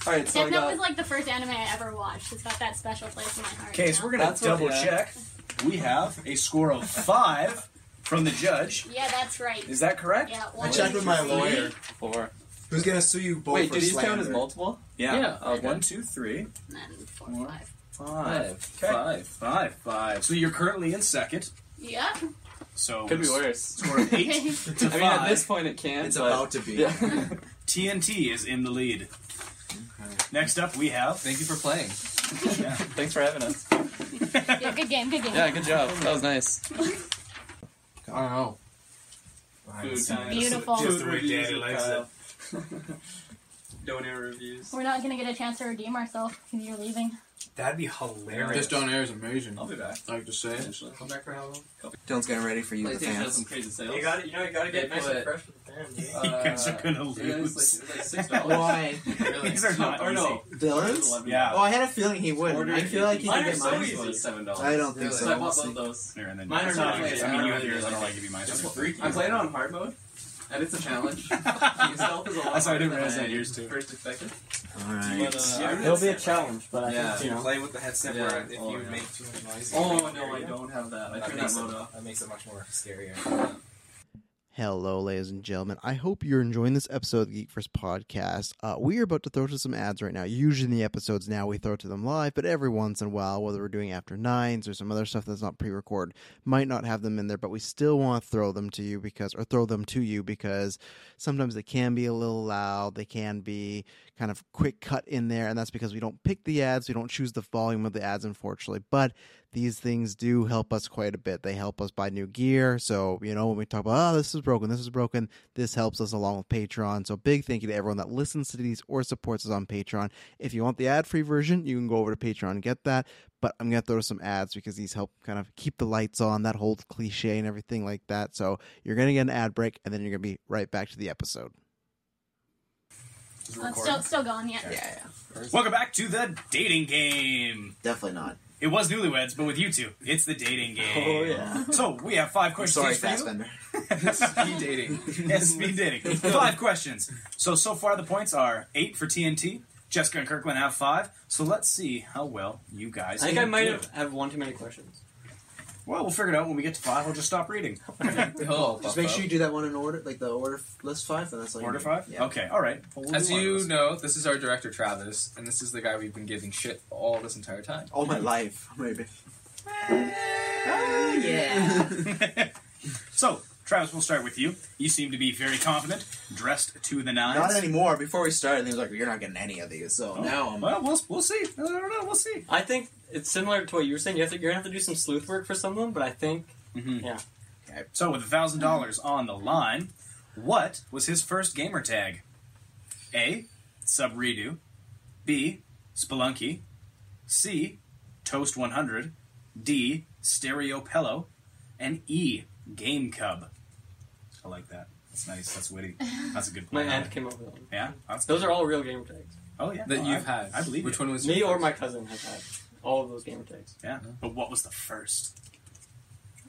B: right, so
D: Death
B: I
D: Note
B: got.
D: was like the first anime I ever watched. It's got that special place in my heart.
C: Okay,
D: you
C: so
D: know?
C: we're gonna
B: That's what-
C: double
B: yeah.
C: check. We have a score of five from the judge.
D: Yeah, that's right.
C: Is that correct?
D: Yeah.
F: I
D: One,
F: checked with my lawyer,
B: Four.
F: who's gonna sue you both
B: Wait,
F: for
B: do these
F: slander.
B: count as multiple?
C: Yeah.
B: Yeah. uh, Okay.
C: One, two, three,
D: and then four,
C: Four.
D: five.
C: five.
K: Five.
C: Okay.
K: Five.
C: Five, five. So you're currently in second.
D: Yeah.
C: So
B: Could be worse.
C: Score of eight to <laughs>
B: I mean, at
C: five.
B: this point, it can.
F: It's
B: but-
F: about to be.
E: <laughs>
B: Yeah.
C: TNT is in the lead. Next up, we have.
K: Thank you for playing.
B: <laughs> Thanks for having us.
D: yeah. Good game. Good game.
B: Yeah, good job. That was nice.
E: <laughs> I don't know.
B: Food time.
D: Beautiful.
C: Just the way Daddy likes it.
B: Don't air uh, reviews.
D: We're not gonna get a chance to redeem ourselves because you're leaving.
C: That'd be hilarious.
E: This Don't Air is amazing.
B: I'll be back.
E: I like to say it.
B: Eventually.
K: Come back for how long?
H: Dylan's getting ready for you, the
B: PlayStation has
H: fans.
B: some crazy sales.
E: You got it. You know you gotta get
K: They
E: nice and
K: put-
E: fresh with the fan.
C: <laughs>
E: dude.
C: You guys are gonna
K: Uh, yeah,
C: <laughs> lose.
K: It's like, it's like six dollars.
H: Why? <laughs>
K: Really?
C: These are not
B: or no,
H: Dylan's?
B: $11.
C: Yeah.
H: Oh, I had a feeling he wouldn't. I feel like he
B: Mine
H: could
B: are
H: get
B: so
H: mine.
B: easy. Seven dollars.
H: I don't think
K: Really?
H: so.
B: I
H: We'll
B: bought both
H: see.
B: those.
C: Here, and then-
E: Mine are
C: Sorry,
E: not
C: guys.
E: really-
C: I mean, you
E: I
C: have
E: really
C: yours. I don't
E: like-
C: want to give you mine.
E: That's
C: Sorry.
E: what freaky.
B: I'm playing on hard mode, and it's a <laughs> challenge. Yourself is a lot
C: That's why I didn't
B: harder than
C: realize that yours too.
B: First expected.
H: All right.
B: But, uh,
C: Yeah,
B: I
E: It'll be
B: set
E: a challenge, but I
B: Yeah.
E: think you know.
K: Play with the headset
B: Yeah.
K: where if
B: Oh,
K: you
B: yeah.
K: make too much noise.
B: Oh no, I don't have that. I
K: That
B: turned that
K: makes,
B: mode
K: it,
B: off.
K: that makes it much more scarier.
H: Hello, ladies and gentlemen. I hope you're enjoying this episode of the Geek First Podcast. Uh, we are about to throw to some ads right now. Usually in the episodes now we throw to them live, but every once in a while, whether we're doing after nines or some other stuff that's not pre-recorded, might not have them in there, but we still want to throw them to you because, or throw them to you because sometimes they can be a little loud. They can be kind of quick cut in there, and that's because we don't pick the ads. We don't choose the volume of the ads, unfortunately. But these things do help us quite a bit. They help us buy new gear. So, you know, when we talk about, oh, this is broken, this is broken, this helps us along with Patreon. So, big thank you to everyone that listens to these or supports us on Patreon. If you want the ad free version, you can go over to Patreon and get that. But I'm going to throw some ads because these help kind of keep the lights on, that whole cliche and everything like that. So, you're going to get an ad break and then you're going to be right back to the episode.
D: Oh, it's still still going yet.
C: Welcome back to the dating game.
H: Definitely not.
C: It was newlyweds, but with you two, it's the dating game. Oh yeah. So we have five questions.
H: Sorry,
C: each for you.
H: <laughs> Fastbender.
C: <laughs>
K: Speed dating.
C: Yes, speed dating. Five questions. So so far the points are eight for TNT. Jessica and Kirkland have five. So let's see how well you guys.
E: I think
C: can
E: I might
C: do.
E: have, have one too many questions.
C: Well, we'll figure it out when we get to five. I'll just stop reading.
H: Oh, just make sure you do that one in order, like the order f- list five, and that's like
C: Order five?
H: Yeah.
C: Okay, all right. Well, we'll
B: As
C: do one of
B: you
C: those.
B: know, this is our director Travis, and this is the guy we've been giving shit all this entire time.
H: All my life, maybe.
C: yeah. <laughs> so, Travis, we'll start with you. You seem to be very confident, dressed to the nines.
H: Not anymore. Before we started, he was like, "You're not getting any of these." So
C: Oh,
H: now I'm.
C: well, we'll we'll see. I don't know. We'll see.
E: I think it's similar to what you were saying. You have to, you're gonna have to do some sleuth work for some of them, but I think
H: Mm-hmm.
E: yeah.
C: So, with thousand dollars on the line, what was his first gamer tag? A. Sub redo. B. Spelunky. C. Toast one hundred. D. Stereo pillow. And E. Game cub. I like that. That's nice. That's witty. That's a good
E: My
C: plan.
E: aunt came up with them.
C: Yeah, that's
E: those are all real gamer tags.
C: Oh yeah, No, I- I believe
E: Which
C: you.
E: one was me or my cousin has had all of those gamer tags.
C: Yeah, but what was the first?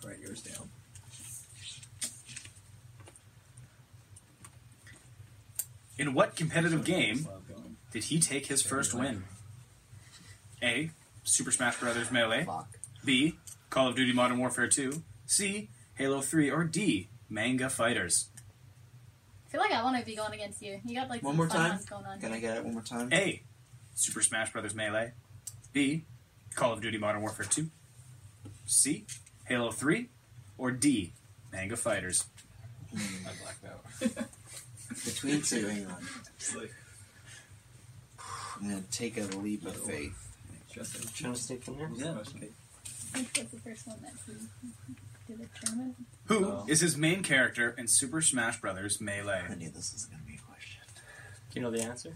H: Write yours down.
C: In what competitive game did he take his first win? A. Super Smash Bros. Melee. B. Call of Duty Modern Warfare 2. C. Halo 3. Or D. Manga Fighters.
D: I feel like I want to be going against you. You got like
C: One
D: some
C: more
D: fun
C: time?
D: ones going on.
H: Can I get it one more time?
C: A. Super Smash Bros. Melee. B. Call of Duty Modern Warfare 2. C. Halo 3. Or D. Manga Fighters. I blacked out.
H: Hmm. Between two, hang on. I'm gonna take a leap of faith.
E: Trying to sneak in there.
H: Yeah.
D: Which was the first one that he did a tournament?
C: Who is his main character in Super Smash Bros. Melee? I
H: knew this was going to be a question.
E: Do you know the answer?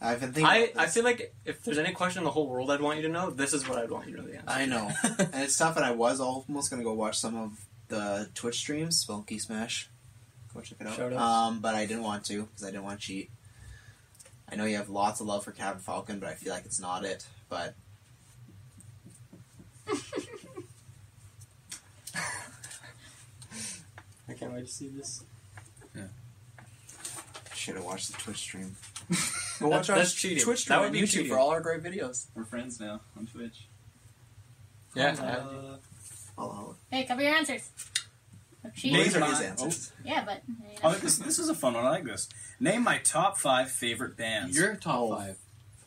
H: I've been thinking.
E: I, I feel like if there's any question in the whole world I'd want you to know, this is what I'd want you to know the answer.
H: I <laughs> know, and it's tough. And I was almost gonna go watch some of the Twitch streams, Spunky Smash. Go check it out.
E: Shout outs.
H: Um, but I didn't want to because I didn't want to cheat. I know you have lots of love for Captain Falcon, but I feel like it's not it. But
E: I can't wait to see this.
H: should have watched the Twitch stream.
E: Well,
H: watch
E: that's,
H: our
E: that's cheating.
H: Twitch stream
E: that would
H: on
E: be
H: YouTube
E: cheating.
H: for all our great videos.
E: We're friends now on Twitch.
H: Yeah.
E: Uh,
H: Hello.
D: Hey, cover your answers. Or cheat.
C: Name my-
D: Yeah, but you
C: Oh, oh this, this is a fun one. I like this. Name my top five favorite bands. Your
H: top five.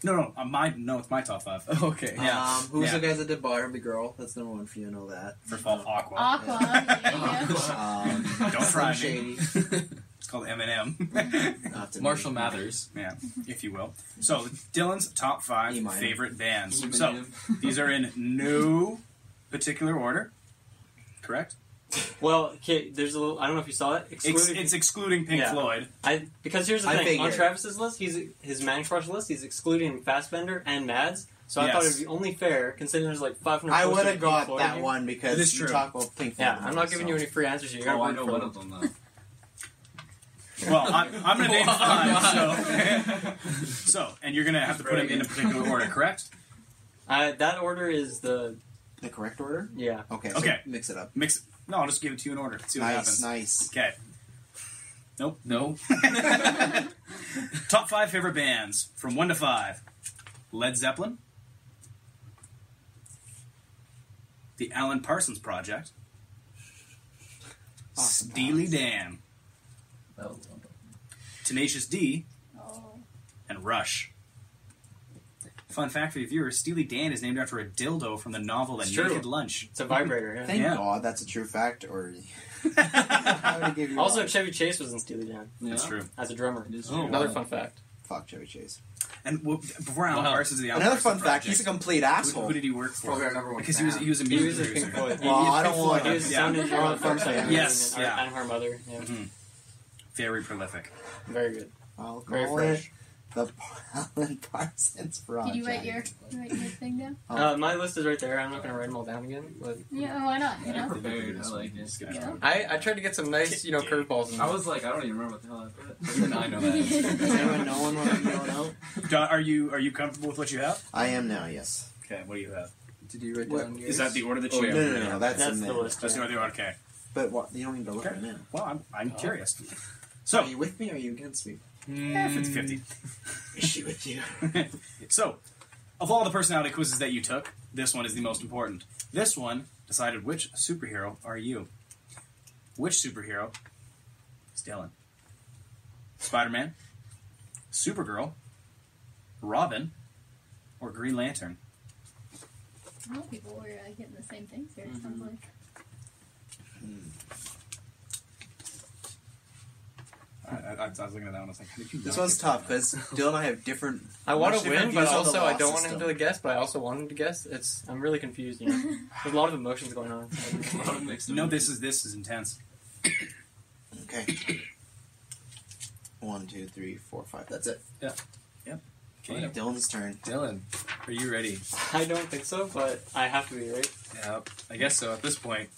C: No, no, uh, my no, it's my top five. okay, yeah.
H: Um, who's
C: yeah.
H: the guys that did Barbie Girl? That's number one for you. I know that.
C: First of all, Aqua.
D: Aqua.
H: <laughs> Um,
C: Don't try me.
H: Shady.
C: <laughs> It's called
H: <laughs>
C: Eminem. Marshall Mathers, yeah, if you will. So Dylan's top five favorite bands.
E: E
C: So
E: minor.
C: <laughs> these are in no particular order, correct?
E: Well, okay, there's a little. I don't know if you saw it. Excluding,
C: it's excluding Pink
E: Yeah.
C: Floyd.
E: I because here's the
C: I
E: thing on
C: figured.
E: Travis's list, he's his Manic Rush list, he's excluding Fastbender and Mads. So I
H: Yes.
E: thought it'd be only fair considering there's like 500.
H: I
E: posters
H: would
E: of
H: have
E: Pink
H: got
E: Floyd
H: that
E: here.
H: one because you talk about Pink Floyd.
E: Yeah, I'm not giving
H: so.
E: you any free answers. You gotta
H: Oh, I
E: work
H: know
E: for
H: one
E: them.
H: of
C: Well, I'm, I'm going to name
E: <laughs> Well, I'm <laughs>
C: five. So, <laughs> so and you're going to have to put them in a particular order, correct?
E: Uh, that order is the
H: the correct order.
E: Yeah.
H: Okay. so
C: Okay.
H: mix it up.
C: Mix. No, I'll just give it to you in order. See what
H: Nice,
C: happens.
H: nice.
C: Okay. Nope. No. <laughs> Top five favorite bands from one to five: Led Zeppelin, The Alan Parsons Project, Steely Dan, Tenacious D,
H: Oh.
C: and Rush. Fun fact for your viewers: Steely Dan is named after a dildo from the novel *A
E: It's
C: Naked
E: true.
C: Lunch*.
E: It's a vibrator, yeah.
H: Thank
C: <laughs>
H: God that's a true fact. Or
E: Also, Chevy Chase was in Steely Dan.
C: That's true.
E: As a drummer,
C: true.
E: another
C: Oh, wow.
E: fun fact.
H: Fuck Chevy Chase.
C: And well, before Alan
E: Wow.
C: Parsons, the Alan
H: Another
C: Parsons
H: fun fact,
C: Project,
H: he's a complete
C: who-
H: asshole.
C: Who did he work for?
H: Probably our number one
C: Because he was
H: fan.
C: he was a
H: He
C: music
H: was in
C: producer.
H: Pink Floyd. Well, I don't want
E: He was
H: Yeah.
E: sounded
H: Yeah.
E: on first
H: Yeah.
C: Yes,
E: and,
C: yeah.
E: and her mother. Yeah.
C: Mhm. Very prolific.
E: Very good.
H: I'll
E: Very
H: call
E: fresh.
H: it the <laughs> Alan Parsons Project.
D: Did you write your, you write your thing down?
E: Uh, my list is right there. I'm not going to write them all down again, but
D: Yeah, why not? You know?
E: Prepared, I like
J: it.
D: Yeah.
E: I, I tried to get some nice, you know, curveballs. in
J: I
E: there.
J: was like, I don't even remember what the hell I put. I
H: <laughs>
J: know that.
H: anyone know one I'm going out?
C: Don, are you are you comfortable with what you have?
H: I am now. Yes.
C: Okay, what do you have?
H: Did you write
C: What- Is that the order that you
H: no,
C: have?
H: no, no, no, That's,
C: That's
H: in
C: the
H: there.
C: list, That's the yeah. order, okay.
H: But what, you don't need to look at them
C: Well, I'm, I'm
E: Oh. <laughs>
C: curious. So,
H: are you with me or
C: <laughs>
H: are you against me? Hmm.
C: Eh, 50-50.
H: <laughs> Is she
C: <laughs>
H: with you?
C: so, of all the personality quizzes that you took, this one is the most important. This one decided which superhero are you? Which superhero is Dylan? Spider Man, Supergirl, Robin, or Green Lantern?
D: A lot of people were uh, getting the same things here. It sounds like.
H: Hmm.
C: I, I, I was looking at that one. I was like, how did you
F: This
C: not
F: one's
C: get
F: tough <laughs> because Dylan and I have different.
E: I want
F: much
E: to
F: different
E: win, but
F: views on the
E: also I
F: loss
E: don't want him
F: system. <laughs>
E: to guess. But I also want him to guess. It's I'm really confused. You know, there's a lot of emotions
C: <laughs>
E: going on.
C: that? No, this is this is intense.
F: Okay. One, two, three, four, five. That's it.
C: Yeah. Yep.
F: Okay. Dylan's turn.
C: Dylan, are you
B: <laughs>
C: ready?
E: I don't think so, but I have to be right.
C: Yep. I guess so at this
B: <laughs>
C: point.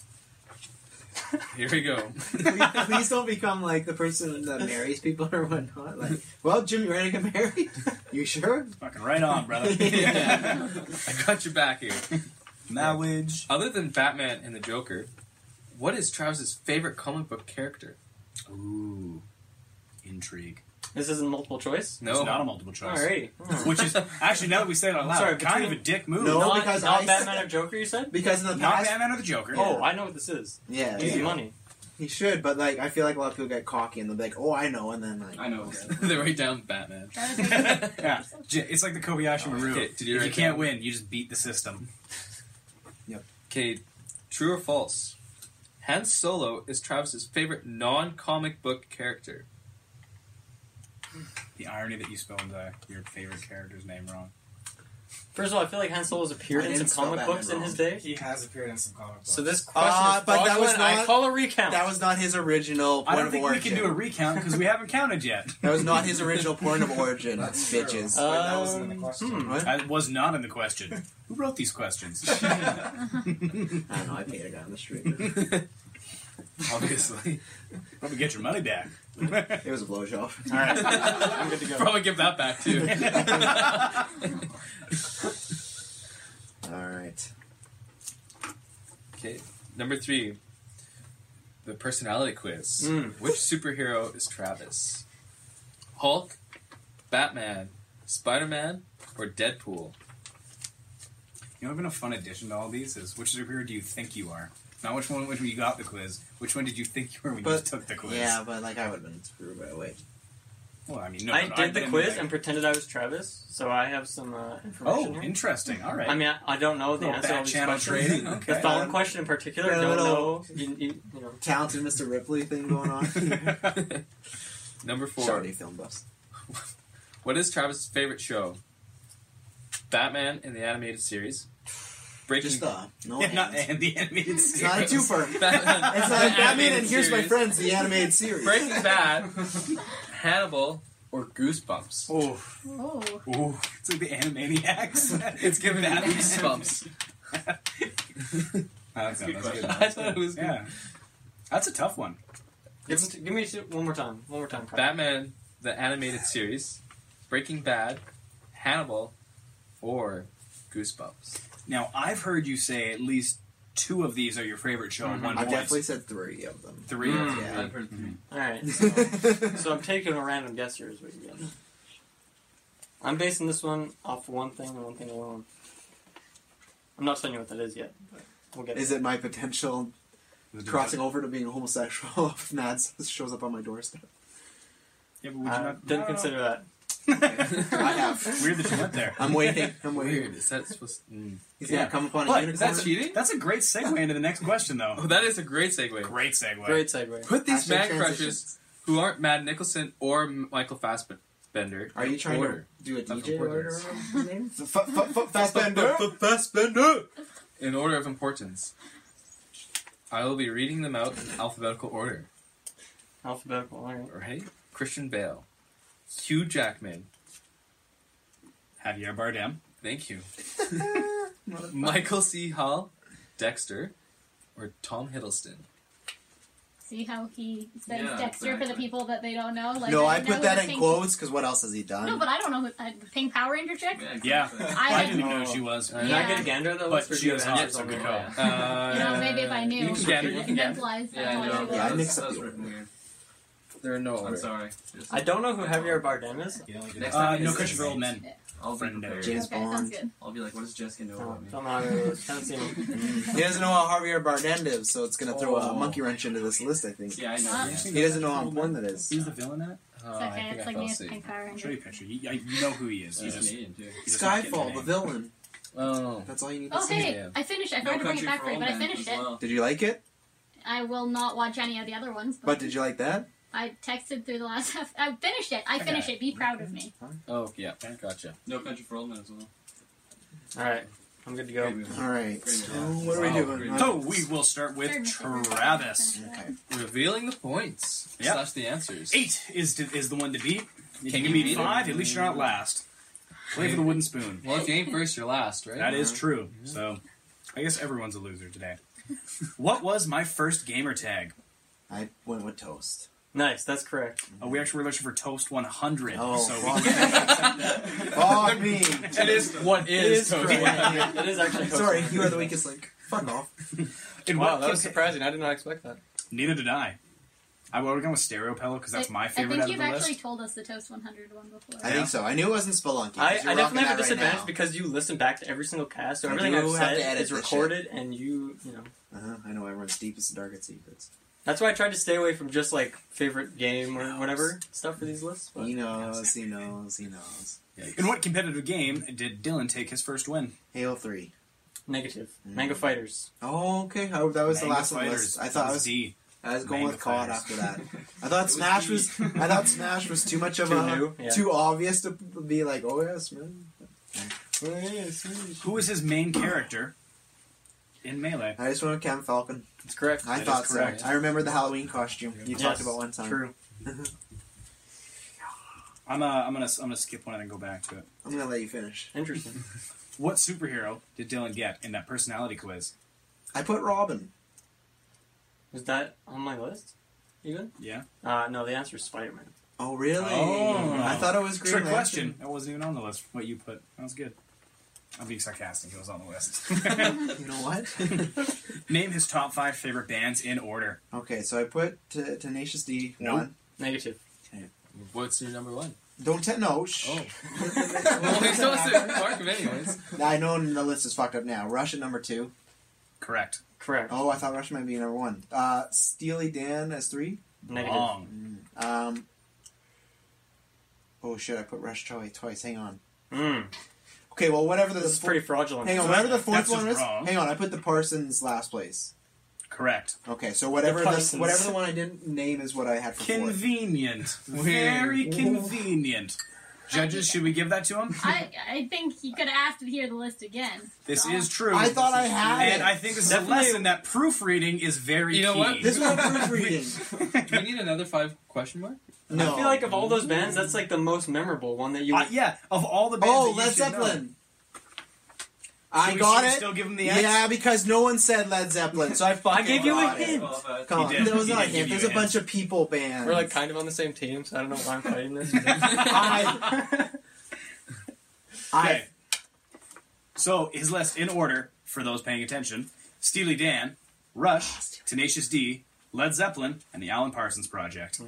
C: Here we go.
F: please, please don't become like the person that marries people or whatnot. Like, well, Jim, you ready to get married? <laughs> You sure?
C: Fucking right on, <laughs>
B: <laughs>
C: brother.
F: Yeah.
C: I got your back here. Marriage. Other than Batman and the Joker,
B: What is Travis's favorite comic book character?
C: Ooh, intrigue.
E: This isn't multiple choice.
C: No. It's not a multiple choice. <laughs>
E: Alrighty.
C: Which is actually now that we say it out loud,
E: Sorry,
C: kind
E: between-
C: of a dick move.
E: No, not,
F: because
E: not
F: I-
E: Batman or Joker. You said
B: <laughs>
F: Because in the
C: Not
F: past,
C: Batman or the Joker.
E: Oh, I know what this is.
F: yeah,
E: Easy
F: yeah.
E: money.
F: <laughs> He should, but like, I feel like a lot of people get cocky and they'll be like, "Oh, I know," and then like,
B: I know. they write down
E: <laughs>
B: Batman.
C: yeah, J- it's like the Kobayashi Maru.
B: okay. Did you
C: if you
B: write
C: can't
B: down?
C: win, you just beat the
B: <laughs>
C: system.
B: Okay, true or false? Han Solo is Travis's favorite non-comic book character.
C: The irony that you spelled uh, your favorite character's name wrong.
E: First of all, I feel like Han Solo's appeared
C: I
E: in some
C: didn't spell
E: comic
C: Batman
E: books in
C: wrong.
E: his day.
L: He has appeared in some comic books.
E: So this question
F: Uh,
E: is
F: but that was
E: fraudulent, and I
F: not-
E: call a recount.
F: that was not his original
C: I
F: point
C: don't
F: of
C: think
F: origin.
C: we can do a recount because we haven't counted yet.
F: That was not his original point of
E: <laughs>
F: origin,
L: That's true. Wait,
F: bitches.
L: that wasn't in the question.
F: Um, hmm. What?
C: I was not in the question. Who wrote these questions?
F: <laughs> I don't know. I paid a guy on the street.
C: <laughs> Obviously, probably get your money back.
F: It was a blowjob.
C: All <laughs> right,
F: <laughs>
C: I'm good to go.
B: Probably give that back too.
C: <laughs>
F: All right.
B: Okay, number three, the personality quiz.
E: Mm.
B: Which superhero is Travis? Hulk, Batman, Spider Man, or Deadpool?
C: You know, what would have been a fun addition to all these is which superhero do you think you are? Not which one which when you got the quiz. Which one did you think you were when you
F: But-
C: just took the quiz?
F: Yeah, but like I would have been screwed by the way.
C: Well, I mean, no.
E: I
C: no,
E: did the
C: mean,
E: quiz
C: like-
E: and pretended I was Travis, so I have some uh, information.
C: oh,
E: here.
C: interesting. All right.
E: I mean, I, I don't know the
C: Little
E: answer to all
C: back
E: these
C: channel
E: questions.
C: Oh,
E: <laughs>
C: trading,
E: The
C: okay.
E: phone question in particular,
F: Got
E: I
F: a
E: don't
F: little-
E: know. You, you, you know.
F: Talented Mr. Ripley thing
C: <laughs>
F: going on.
B: Number four.
F: Shorty film buffs.
B: <laughs> What is Travis's favorite show? Batman in the animated series. Breaking <laughs>
F: Just the
C: <laughs>
F: no.
C: Yeah, not
F: hands.
C: and the animated
F: It's not a
C: series.
F: twofer. it's
B: Batman,
F: not
B: the
F: like Batman
B: animated
F: and Here's My
B: series,
F: Friends, the animated series.
B: Breaking Bad, Hannibal, or Goosebumps.
E: Oh,
D: <laughs> Oh.
C: Ooh, it's like the
F: <laughs>
C: Animaniacs.
B: It's giving
C: That-
B: Goosebumps.
C: I don't know, that's a good
B: I thought it was good.
C: Yeah, that's a tough one.
E: Give, it to- give me two- one more time. One more time. Kyle.
B: Batman, the animated series, Breaking Bad, Hannibal, or Goosebumps.
C: Now, I've heard you say at least two of these are your favorite show
B: Mm-hmm.
C: at one
F: I
C: point.
F: definitely said three of them.
C: Three.
E: Mm.
F: Yeah.
B: I've heard
C: Hmm.
B: three.
E: All
F: <laughs>
E: right. So, so I'm taking a random guess here. Is what you get. I'm basing this one off one thing and one thing alone. I'm not telling you what that is yet. But we'll get
F: Is it my potential crossing over to being homosexual <laughs> if Mads shows up on my doorstep?
C: Yeah, but would you
E: I
C: not-
E: Uh, didn't
C: I don't
E: consider that.
F: I have.
C: know. Weird that you went there.
F: I'm waiting.
C: <laughs>
F: I'm
B: Weird.
F: waiting.
B: Is that supposed? Mm.
F: He's
C: Yeah.
F: gonna come upon a
B: What? Is
F: unicorn.
B: that cheating?
C: That's a great segue into the next question,
F: <laughs>
C: though.
B: Oh, that is a great segue.
C: Great segue.
E: Great segue.
B: Put these
F: Hashtag
B: man
F: transitions.
B: crushers who aren't Matt Nicholson or M- Michael Fassbender.
F: Are you
B: in
F: trying
B: order.
F: to do a
B: That's
F: DJ
B: what
F: order?
B: orders.
F: Fassbender.
B: Fassbender. In order of importance. I will be reading them out in alphabetical order.
E: Alphabetical. All right.
B: Ready? Christian Bale, Hugh Jackman.
C: Javier Bardem.
B: Thank you. Michael C. Hall, Dexter, or Tom Hiddleston.
D: See how he says
B: Yeah,
D: Dexter for the
B: exactly.
D: people that they don't know. Like,
F: No,
D: they
F: I
D: know
F: put
D: the
F: that in
D: pink-
F: quotes because what else has he done?
D: No, but I don't know who uh, the Pink Power Ranger chick. <laughs>
C: Yeah.
D: I
C: I
D: had-
C: didn't know she was.
E: <laughs> Did I get a gander though?
C: But
E: Let's
C: she
E: review
C: was
E: the
C: hot,
E: answers
C: so
E: on
C: good
E: that.
C: call.
E: Yeah.
B: Uh,
D: You know, maybe if I knew,
B: You can get it, you can get it.
D: mentalized,
E: Yeah,
D: I
E: I
D: know
E: know.
D: she was.
F: yeah, I
E: That
F: mixed
E: was-
F: up
E: that
F: the
E: was
F: order.
E: weird.
B: There are no.
E: I'm sorry.
B: I
E: I
B: don't
E: don't know who Javier Bardem is.
B: Next time Uh, it no is- Christopher Oldman.
E: I'll be prepared.
B: James Okay,
E: Bond.
M: I'll be like, what does Jessica know about me?
E: Don't know how it is. Haven't seen him.
F: He doesn't know how Javier Bardem is, so it's going to throw a
E: Oh.
F: monkey wrench into this list, I think.
E: Yeah, I
D: Uh,
E: know.
M: Ah.
F: He doesn't know how important that is.
C: Who's the villain in it?
B: Oh,
D: It's okay, it's like me with Pink Power
C: Show
D: Ranger.
C: you a picture. You, I- you know who he is. You
M: He's
C: just-
M: Canadian, too.
C: you just don't get
F: Skyfall, the
C: name.
F: villain.
B: Oh.
F: That's all you need to
D: Oh,
F: say.
D: hey, I finished. it. I
F: No
D: forgot to bring it
F: Country
D: back
F: for
D: for you,
F: Old
D: but I
F: Men
D: finished
F: as
D: it.
F: Did you
D: <laughs>
F: like it?
D: I will not watch any of the other ones,
F: But did you like that?
D: I texted through the last <laughs> half. I finished it. I
M: Okay.
D: finished it. Be proud of me.
B: Oh yeah, gotcha.
M: No Country for Old Men as well.
E: All right, I'm good to go.
F: All right.
E: So
F: what are
M: Oh,
F: we doing?
B: Oh,
C: So we will start with Travis.
B: Revealing the points
C: Yep.
D: Oh.
B: slash the answers.
C: Eight is to, is the one to beat.
B: You
C: Can
B: can
C: you beat
B: beat
C: five?
B: it.
C: At least you're not last. Play for the wooden spoon.
M: <laughs>
B: Well, if you ain't first, you're last, right?
C: That is true. So, I guess everyone's a loser today. What was my first gamer tag?
F: I went with Toast.
C: Nice, that's correct. Oh, we actually were looking for Toast 100.
F: Oh,
C: so
F: fuck.
C: fuck
F: me.
C: It is what
E: It
C: is
E: is
C: Toast
E: correct.
C: 100. <laughs>
D: <laughs>
E: It is actually Toast
F: Sorry,
E: 100.
F: you are the weakest link. Fuck off.
C: In what
E: wow, that was
C: campaign-
E: surprising. I did not expect that.
C: Neither did I. I would have gone with Stereo Pillow because that's
D: I-
C: my favorite out
D: I think
C: of
D: you've
C: the
D: actually
C: list.
D: told us the Toast 100 one before.
F: I think so. I knew it wasn't Spelunky. 'cause
E: I,
F: you're
E: I
F: rocking
E: definitely have a
F: that right
E: disadvantage
F: now.
E: because you listen back to every single cast, so
F: I
E: everything
F: do
E: I've
F: have to
E: said
F: edit
E: is
F: this
E: recorded, and you, you know.
F: Uh-huh, I know everyone's deepest and darkest secrets.
E: That's why I tried to stay away from just like favorite game or whatever stuff for these lists. But
F: He knows, he knows, he knows.
C: In what competitive game did Dylan take his first win?
F: Halo 3.
E: Negative.
F: Mm.
E: Mango Fighters.
F: Oh, okay. I, that was the
E: Mango
F: last one. on the
E: Fighters.
F: list. I
E: That
F: thought I
E: was
F: was
E: D.
F: I was going
E: Mango
F: with COD
E: Fighters.
F: after
E: <laughs>
F: that. I thought Smash was. I thought Smash was too much of
E: Too
F: a
E: new, yeah.
F: too obvious to be like, oh yes, man.
C: Who was his main character in Melee?
F: I just went with Cam Falcon.
E: That's correct.
F: I
C: That
F: thought
C: is correct.
F: so. I remember the Halloween costume you
C: Yes,
F: talked about one time.
C: true. I'm, uh, I'm gonna I'm gonna skip one and then go back to it.
F: I'm gonna let you finish.
E: Interesting.
C: <laughs> What superhero did Dylan get in that personality quiz?
F: I put Robin.
E: Was that on my list? Even?
C: Yeah.
E: Uh, no, the answer is Spider Man.
F: Oh really?
C: Oh.
F: I thought it was Green
C: Trick
F: Lantern.
C: question. That wasn't even on the list. What you put? That was good. I'm being sarcastic. It was on the list.
F: <laughs> You know what?
C: <laughs> Name his top five favorite bands in order.
F: okay, so I put t- Tenacious D
C: Nope.
F: one.
E: Negative.
B: What's your number one?
F: Don't te- no. Shh.
B: well, he's supposed to mark him anyways.
F: I know the list is fucked up now. Rush at number two.
C: Correct.
E: Correct.
F: Oh, I thought Rush might be number one. Uh, Steely Dan as three.
E: Negative.
C: Wrong.
F: Um, oh shit! I put Rush Charlie twice. Hang on.
E: Mm.
F: Okay, well, whatever the
E: This is pretty fraudulent.
F: hang on, whatever the
C: That's
F: fourth
C: just
F: one is.
C: wrong.
F: Hang on, I put the Parsons last place.
C: Correct.
F: Okay, so whatever the
E: Parsons.
F: whatever the one I didn't name is what I had for fourth.
C: Convenient. Very convenient. Judges, should we give that to him?
D: I, I think you could have asked to hear the list again.
C: This
D: So-
C: is true.
F: I thought I had
C: and
F: it.
C: I think this is
E: Definitely-
C: a lesson that proofreading is very
B: You know
C: key.
B: what?
F: This
C: <laughs>
F: was proofreading.
B: <laughs> Do we need another five question mark?
F: No.
E: I feel like of all those bands, that's like the most memorable one that you.
C: Uh, yeah, of all the bands
F: oh,
C: that you
F: Led
C: should know.
F: Zeppelin.
C: Should
F: I
C: we-
F: got
C: should we
F: it.
C: still give him the X?
F: yeah, because no one said Led
C: <laughs>
F: Zeppelin, so I
E: I
F: fucking
E: gave you a
F: got it.
E: hint.
F: Come on,
C: He did.
F: there was
C: He
F: not a
C: did give
F: hint.
C: you
F: There's
C: a
F: a bunch of people bands.
E: We're like kind of on the same team, so I don't know why I'm
F: <laughs>
E: fighting this.
F: I, I
C: Okay. So his list in order for those paying attention: Steely Dan,
F: Oh,
C: Rush, Tenacious D, Led Zeppelin, and the Alan Parsons
F: Hmm.
C: Project.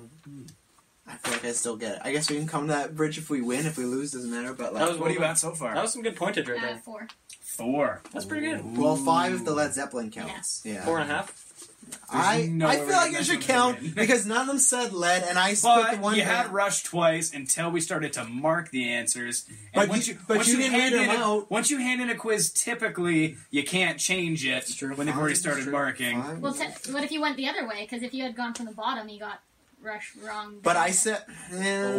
F: I feel like I still get it. I guess we can come to that bridge if we win. If we lose, doesn't matter. But like,
E: That was
C: What are you at so far?
E: That was some good pointage right
D: Uh,
E: there.
D: four.
C: Four.
E: That's pretty good.
F: well, five if the Led Zeppelin counts. Yeah,
E: Four and a half.
F: I
C: There's no
F: I
C: way
F: feel
C: we're
F: like
C: gonna
F: it should
C: win. <laughs>
F: count because none of them said lead, and I put
C: But
F: the one.
C: you
F: band-
C: had Rush twice until we started to mark the answers. And
F: But
C: once
F: you-
C: you,
F: but
C: once
F: you didn't
C: hand
F: read 'em
C: in a-
F: out.
C: Once you hand in a quiz, typically you can't change it
E: true.
C: when they've already
F: Fine,
C: started
F: true,
C: marking.
F: fine.
D: Well, te- what if you went the other way? Because if you had gone from the bottom, you got Rush wrong.
F: but I said, eh,
C: Oh,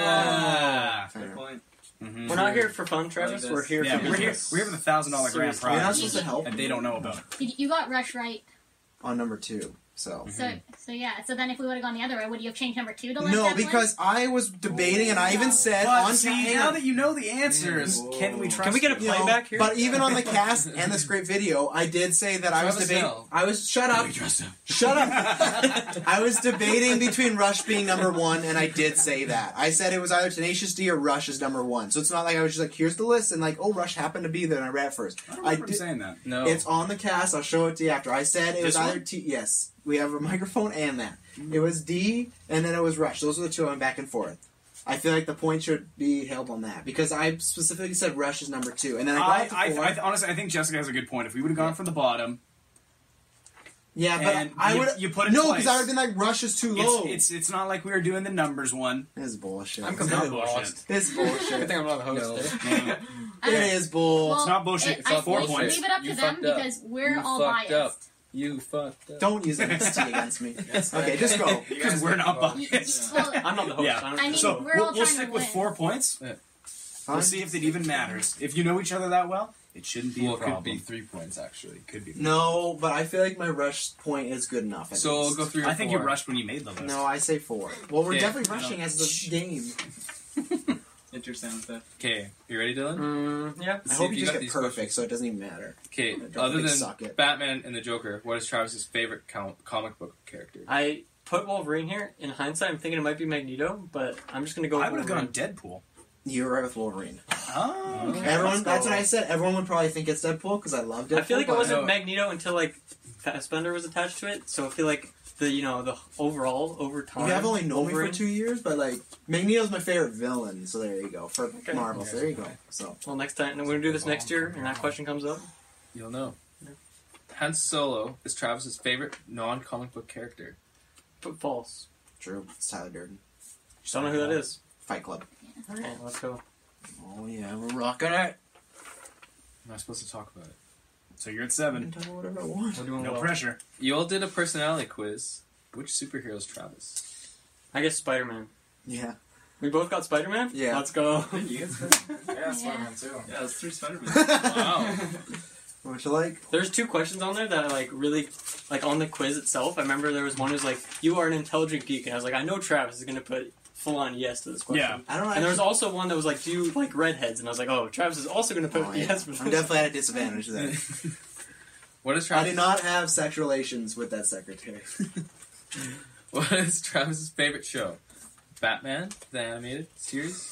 C: Yeah.
F: Fair.
M: point.
E: We're not here for fun, Travis.
M: Like this.
E: We're here
C: Mm-hmm. Yeah,
E: for
C: we're here.
E: business.
C: We're here for the thousand dollar grand
E: Seriously. You're
C: prize.
F: not supposed to help
C: that they don't know about.
D: You, you got Rush right.
F: on number two. So
D: So so yeah. So then if we would have gone the other way, would you have changed number two to Led
F: Mm-hmm. no,
D: Zeppelin?
F: because I was debating, and I even said
C: But
F: on
C: see,
F: hang
C: now
F: on.
C: that you know the answers, can we trust?
E: Can we get a
C: you?
F: You know,
E: playback here?
F: But
C: <laughs>
F: even
E: <laughs>
F: on the cast and this great video, I did say that I was
B: Travis
F: debating.
B: Hill.
F: I was shut up. Shut up. I was debating between Rush being number one, and I did say that. I said it was either Tenacious D or Rush is number one. So it's not like I was just like, here's the list, and like, oh, Rush happened to be there, and I read it first.
C: I don't
F: I
C: remember him
F: did,
C: saying that.
B: No.
F: it's on the cast. I'll show it to you after. I said it was
C: This one?
F: either T. Yes. We have a <laughs> microphone and that. It was D, and then it was Rush. Those are the two I went back and forth. I feel like the point should be held on that because I specifically said Rush is number two, and then I got
C: I,
F: up to
C: I,
F: four.
C: I, honestly, I think Jessica has a good point. If we would have gone from the bottom,
F: yeah, but
C: and
F: I
C: you-
F: would
C: you put it
F: no
C: twice.
F: because I would have been like Rush is too
C: it's,
F: low.
C: it's it's not like we were doing the numbers one.
F: This is bullshit.
C: I'm completely
F: It's not
C: bullshit.
F: This is bullshit.
C: I think I'm not the <laughs> host.
F: <laughs> it is bull.
D: Well,
C: it's not bullshit.
D: it-
C: it's
D: I
C: not four
D: think we
C: points.
D: Leave it up to them because we're
E: You
D: all
E: fucked
D: biased.
E: up. You fucked up.
F: Don't use
C: <laughs>
F: NXT against me. okay, just go.
C: Because we're not biased. <laughs>
E: I'm not the host. I don't
D: I mean,
C: so
D: we're
C: we'll,
D: all
C: we'll
D: trying
C: stick
D: to
C: with
D: win.
C: four points. We'll see if it even matters. If you know each other that well, it shouldn't be
B: Well,
C: a
B: it could
C: problem.
B: be
C: three points actually. Could be.
F: No, but I feel like my rush point is good enough. at
C: So,
F: least.
C: go three or I think you four. rushed when you made the list.
F: No, I say four. Well, we're
C: Yeah,
F: definitely
C: I
F: rushing
C: don't-
F: as
C: <laughs>
F: the game.
B: Hit your sound effect. Okay, you ready, Dylan?
F: Mm.
C: Mm,
F: yeah. I
B: See
F: hope
B: if you
F: you
B: got
F: just get
B: these
F: perfect, so it doesn't even matter.
B: Okay,
F: don't
B: other
F: think
B: than
F: suck it.
B: Batman and the Joker, what is Travis's favorite com- comic book character?
E: I put Wolverine here. In hindsight, I'm thinking it might be Magneto, but I'm just gonna go.
B: I would've
E: Wolverine.
C: Deadpool.
F: You were right with Wolverine.
C: Oh,
E: okay.
F: Everyone,
E: Let's go.
F: that's what I said. Everyone would probably think it's Deadpool because I loved Deadpool.
E: I feel like it
F: but-
E: wasn't Magneto until like Fassbender was attached to it. So I feel like the you know the overall over time.
F: You have only known me
E: Wolverine-
F: for two years, but like Magneto's my favorite villain, so there you go for Marvel.
E: Okay.
F: So there you go. So
E: Well, next time, and we're gonna do this next year, and that question comes up.
B: You'll know. Han Solo is Travis's favorite non-comic book character.
E: But false.
F: true. It's Tyler Durden.
E: Just don't know who that is.
F: Fight Club.
E: All right, let's go.
F: Oh yeah, we're rocking it.
B: I'm not supposed to talk about it.
C: So you're at seven.
F: whatever I want.
E: We're doing
C: No
E: well.
C: pressure.
B: You all did a personality quiz. Which superhero is Travis?
E: I guess Spider Man.
F: Yeah.
E: We both got Spider Man.
F: Yeah.
E: Let's go. <laughs>
N: Yeah, Spider Man too.
B: Yeah, that's three Spider
F: <laughs>
B: Man.
E: wow.
F: What you like?
E: There's two questions on there that I like really like on the quiz itself. I remember there was one who's like, "You are an intelligent geek," and I was like, "I know Travis is going to put full on yes to this question."
F: Yeah. I don't
E: And there was
F: actually-
E: also one that was like, "Do you like redheads?" And I was like, "Oh, Travis is also going to put
F: Oh, yeah.
E: yes." For this.
F: I'm definitely at a disadvantage there.
E: <laughs>
B: What is
F: I
B: Travis?
F: did not have sex relations with that secretary.
B: <laughs> What is Travis's favorite show? Batman, the animated
E: <laughs>
B: series.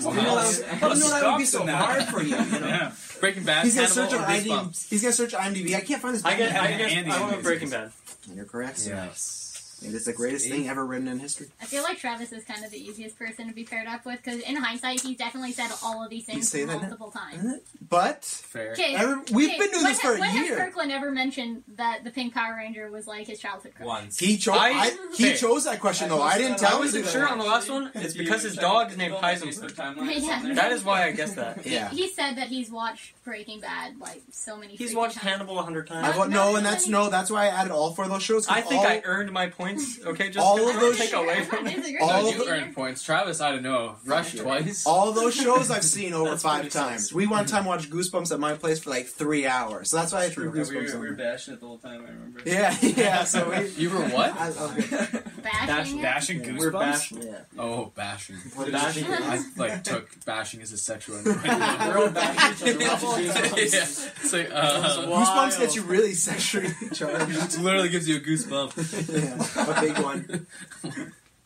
F: Wow. I didn't know that would be so hard for you.
E: <laughs>
F: you know?
B: <laughs> Breaking Bad.
F: He's
B: Hannibal,
F: gonna search on
B: or Goosebumps?
F: IMDb. He's gonna search IMDb. I can't find this.
E: <laughs> I guess.
F: Batman.
E: I guess.
B: Andy
E: I went
B: Andy's
E: with Breaking Bad.
F: You're correct.
B: Yes.
F: It is the greatest
E: See?
F: thing ever written in history.
D: I feel like Travis is kind of the easiest person to be paired up with because in hindsight, he's definitely said all of these
F: You
D: things
F: say that now?
D: multiple times.
F: But
B: fair.
D: Okay,
F: Every- we've
D: okay,
F: been
D: when
F: doing this for
D: ha-
F: a
D: when
F: year.
D: Has Kirkland ever mentioned that the Pink Power Ranger was like his childhood crush?
B: Once.
F: He chose.
E: I-
F: I, he
E: okay.
F: chose that question though. I didn't
E: I
F: tell him.
E: wasn't
F: to
E: sure
F: do
E: on the last one. It's because his dog is named
F: <laughs>
E: Heisenberg.
D: Yeah.
E: That is why I guessed that.
F: Yeah.
D: He said that he's watched Breaking Bad like so many.
E: He's
D: freaking
E: watched
D: times.
E: Hannibal a hundred
F: that. I
E: times.
F: wa- no, and that's no. That's why I added all four of those shows. 'cause
E: I think
F: all,
E: I earned my points. Okay, just
F: All of
E: don't
F: those-
E: take away from it.
D: Disagree.
F: all
B: no,
F: of
B: you
F: the-
B: earned points. Travis, I don't know. Rush twice.
F: all
E: <laughs>
F: those shows I've seen over
E: That's
F: five
E: pretty
F: times.
E: sus.
F: We one time watched Goosebumps at my place for like three hours, so that's why I threw
N: We
F: Goosebumps.
N: were,
F: on
N: we were
F: there.
N: bashing it the whole time. I remember.
F: Yeah, yeah. So we,
B: <laughs> You were what?
F: I love it.
D: Bashing it?
C: Bashing
F: Yeah,
C: goosebumps.
E: We're bashing.
F: Yeah.
B: Oh, bashing.
E: We're bashing.
B: I like took bashing as a <laughs> sexual. enjoyment.
E: We're all bashing
B: <laughs>
E: each
B: yeah.
E: other.
B: It's like uh,
F: Goosebumps gets you really
E: <laughs>
F: sexually charged.
B: it literally gives you a goosebump.
F: <laughs> Yeah, a
E: <laughs>
F: big one.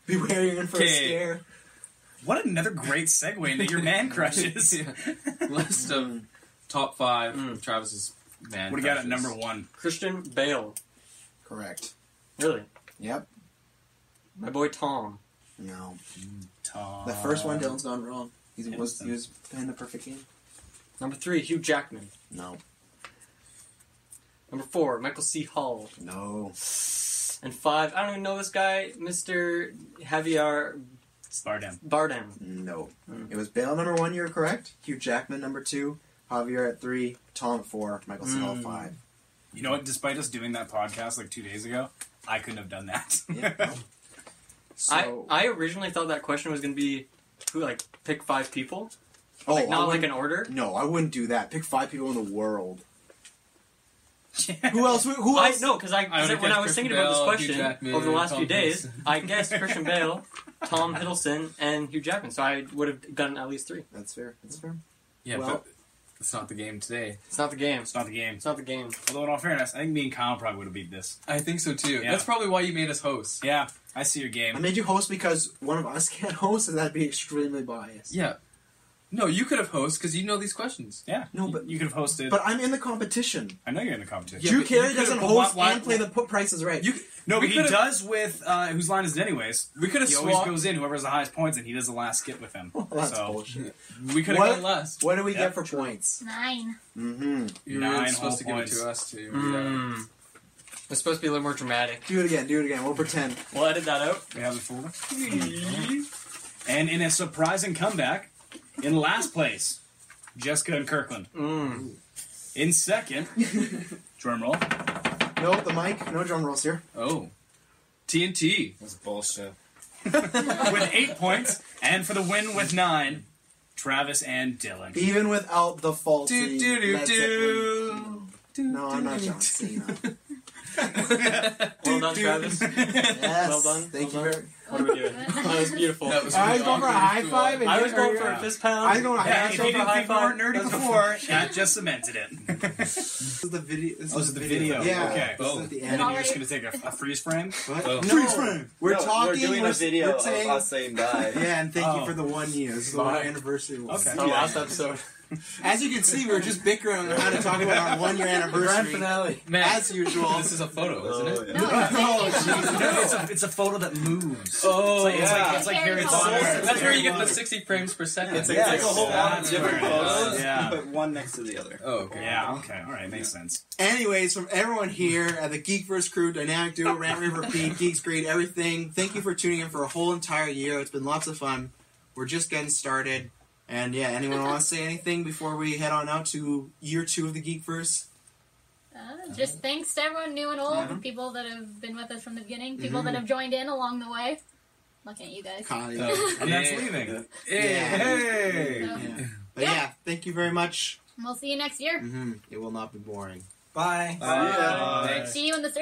F: Beware you're in for a
B: Okay.
F: scare.
C: What another great segue into your
B: <laughs>
C: man crushes.
B: Yeah. List of top five of Travis's man.
C: What do you got at
B: crushes.
C: number one?
E: Christian Bale.
F: Correct.
E: Really?
F: Yep.
E: My boy Tom.
F: No.
C: Tom.
F: The first one, Dylan's gone wrong. He was
C: Anderson.
F: he was playing the perfect game.
E: Number three, Hugh Jackman.
F: No.
E: Number four, Michael C. Hall.
F: No.
E: And five, I don't even know this guy, Mr. Javier
C: Bardem.
E: Bardem.
F: No.
E: Mm.
F: It was Bale number one, you're correct. Hugh Jackman number two, Javier at three, Tom at four, Michael C. Hall at
E: Mm.
F: five.
C: You know what? Despite us doing that podcast like two days ago, I couldn't have done that. <laughs>
F: Yeah, no. So
E: I, I originally thought that question was going to be who, like, pick five people.
F: oh,
E: Like,
F: I
E: not like
F: wouldn't-
E: an order.
F: No, I wouldn't do that. Pick five people in the
E: <laughs>
F: world. Who else? Who, who
E: I
F: else?
E: no, because I,
B: I would've
E: when I
B: guessed
E: was thinking
B: Christian
E: about
B: Bale,
E: this
B: Hugh
E: question
B: Jackman,
E: over the last
B: Tom
E: few days,
B: Hanks.
E: I guessed
B: <laughs>
E: Christian Bale, Tom Hiddleston, and Hugh Jackman. So I would have gotten at least three.
F: That's fair. That's fair.
B: Yeah,
F: Well-
B: but it's not the game today.
E: It's not the game.
C: It's not the game.
E: It's not the game.
C: Although, in all fairness, I think me and Kyle probably would have beat this.
B: I think so too.
C: Yeah.
B: That's probably why you made us host.
C: Yeah, I see your game.
F: I made you host because one of us can't host, and that'd be extremely biased.
B: Yeah. No, you could have hosted because you know these questions.
C: Yeah.
H: No, but
C: you could have hosted.
H: But I'm in the competition.
C: I know you're in the competition.
H: Drew Carey doesn't host and play the put prices right.
C: You, no,
H: We
C: but he
H: could've-
C: does with uh, whose line is it anyways?
B: We could've
C: He always
B: swapped-
C: goes in whoever has the highest points, and he does the last skip with
H: <laughs>
C: him.
H: that's
C: so
H: bullshit.
C: we could
H: What-
C: have done less.
H: What do we get for points?
D: Nine.
H: Mm-hmm.
B: You were
C: Nine
B: supposed to
C: whole
B: give
C: points.
B: it to uh, us too.
E: Mm. It's supposed to be a little more dramatic.
H: Do it again. Do it again. We'll pretend.
E: We'll edit that out.
C: We have a folder.
B: <laughs>
C: And in a surprising comeback, in last place, Jessica and Kirkland.
H: Mm.
C: In
H: <laughs>
C: second, drum roll.
H: No, the mic. No drum rolls here.
C: Oh, TNT.
B: That's bullshit.
C: <laughs> with eight points, and for the win with nine, Travis and Dylan.
H: Even without the
C: Do,
H: faulty.
C: do, do,
H: Led
C: do.
H: Zeppelin. No, I'm not John Cena.
E: Well done, Travis. Well done.
H: Thank you very
E: What are we doing? That was beautiful.
H: That was I was going for a high five and
E: I
H: you-
E: was going
H: or,
E: for a
H: uh,
E: fist pound.
H: I was going- I
C: Yeah,
H: was
C: if
H: going
C: you
H: for
C: didn't
H: high
C: think we
H: five.
C: weren't nerdy
H: <laughs>
C: before, that just cemented it.
F: This is the video. This
C: Oh,
F: is
C: is it the video?
F: Yeah.
C: Okay.
F: This is
C: Oh.
F: at the
C: And
F: end.
C: then you're just going to take a, a freeze
F: <laughs>
C: frame?
F: No.
C: Oh.
F: Freeze frame. We're
C: No,
F: talking.
C: we're doing a
F: we're,
C: video
F: we're
C: of
F: saying,
C: us saying bye.
F: <laughs> Yeah, and thank
C: Oh.
F: you for the one year. This is
C: Bye.
F: our anniversary. one.
C: Okay. Our last
F: <laughs>
E: episode.
F: As you can see, we were just bickering on how to talk about our one year anniversary.
E: finale.
F: As usual. Oh,
B: This is a photo, isn't it?
C: Oh, No,
F: <laughs>
C: it's, a, it's a photo that moves. Oh, it's like, it's like,
B: yeah.
C: it's like Harry Potter.
B: That's where you get the 60 frames per second.
J: It's like, it's like a whole lot of different photos.
C: Yeah.
J: You put one next to the other.
B: Oh, okay.
C: Yeah, okay. All right, makes sense.
F: Anyways, from everyone here at the Geekverse crew, Dynamic Duo, Rant River Repeat, Geeks Greed, everything, thank you for tuning in for a whole entire year. It's been lots of fun. We're just getting started. And yeah, anyone want to say anything before we head on out to year two of the Geekverse?
D: <laughs> Uh, just thanks to everyone new and old, the people that have been with us from the beginning, people that
F: Mhm.
D: have joined in along the way. Looking at you guys.
F: Connie.
C: And that's leaving.
F: Hey!
D: Yeah.
F: But yeah, thank you very much. Mm-hmm.
D: We'll see you next year.
F: hmm It will not be boring.
E: Bye.
F: Bye.
D: See you in the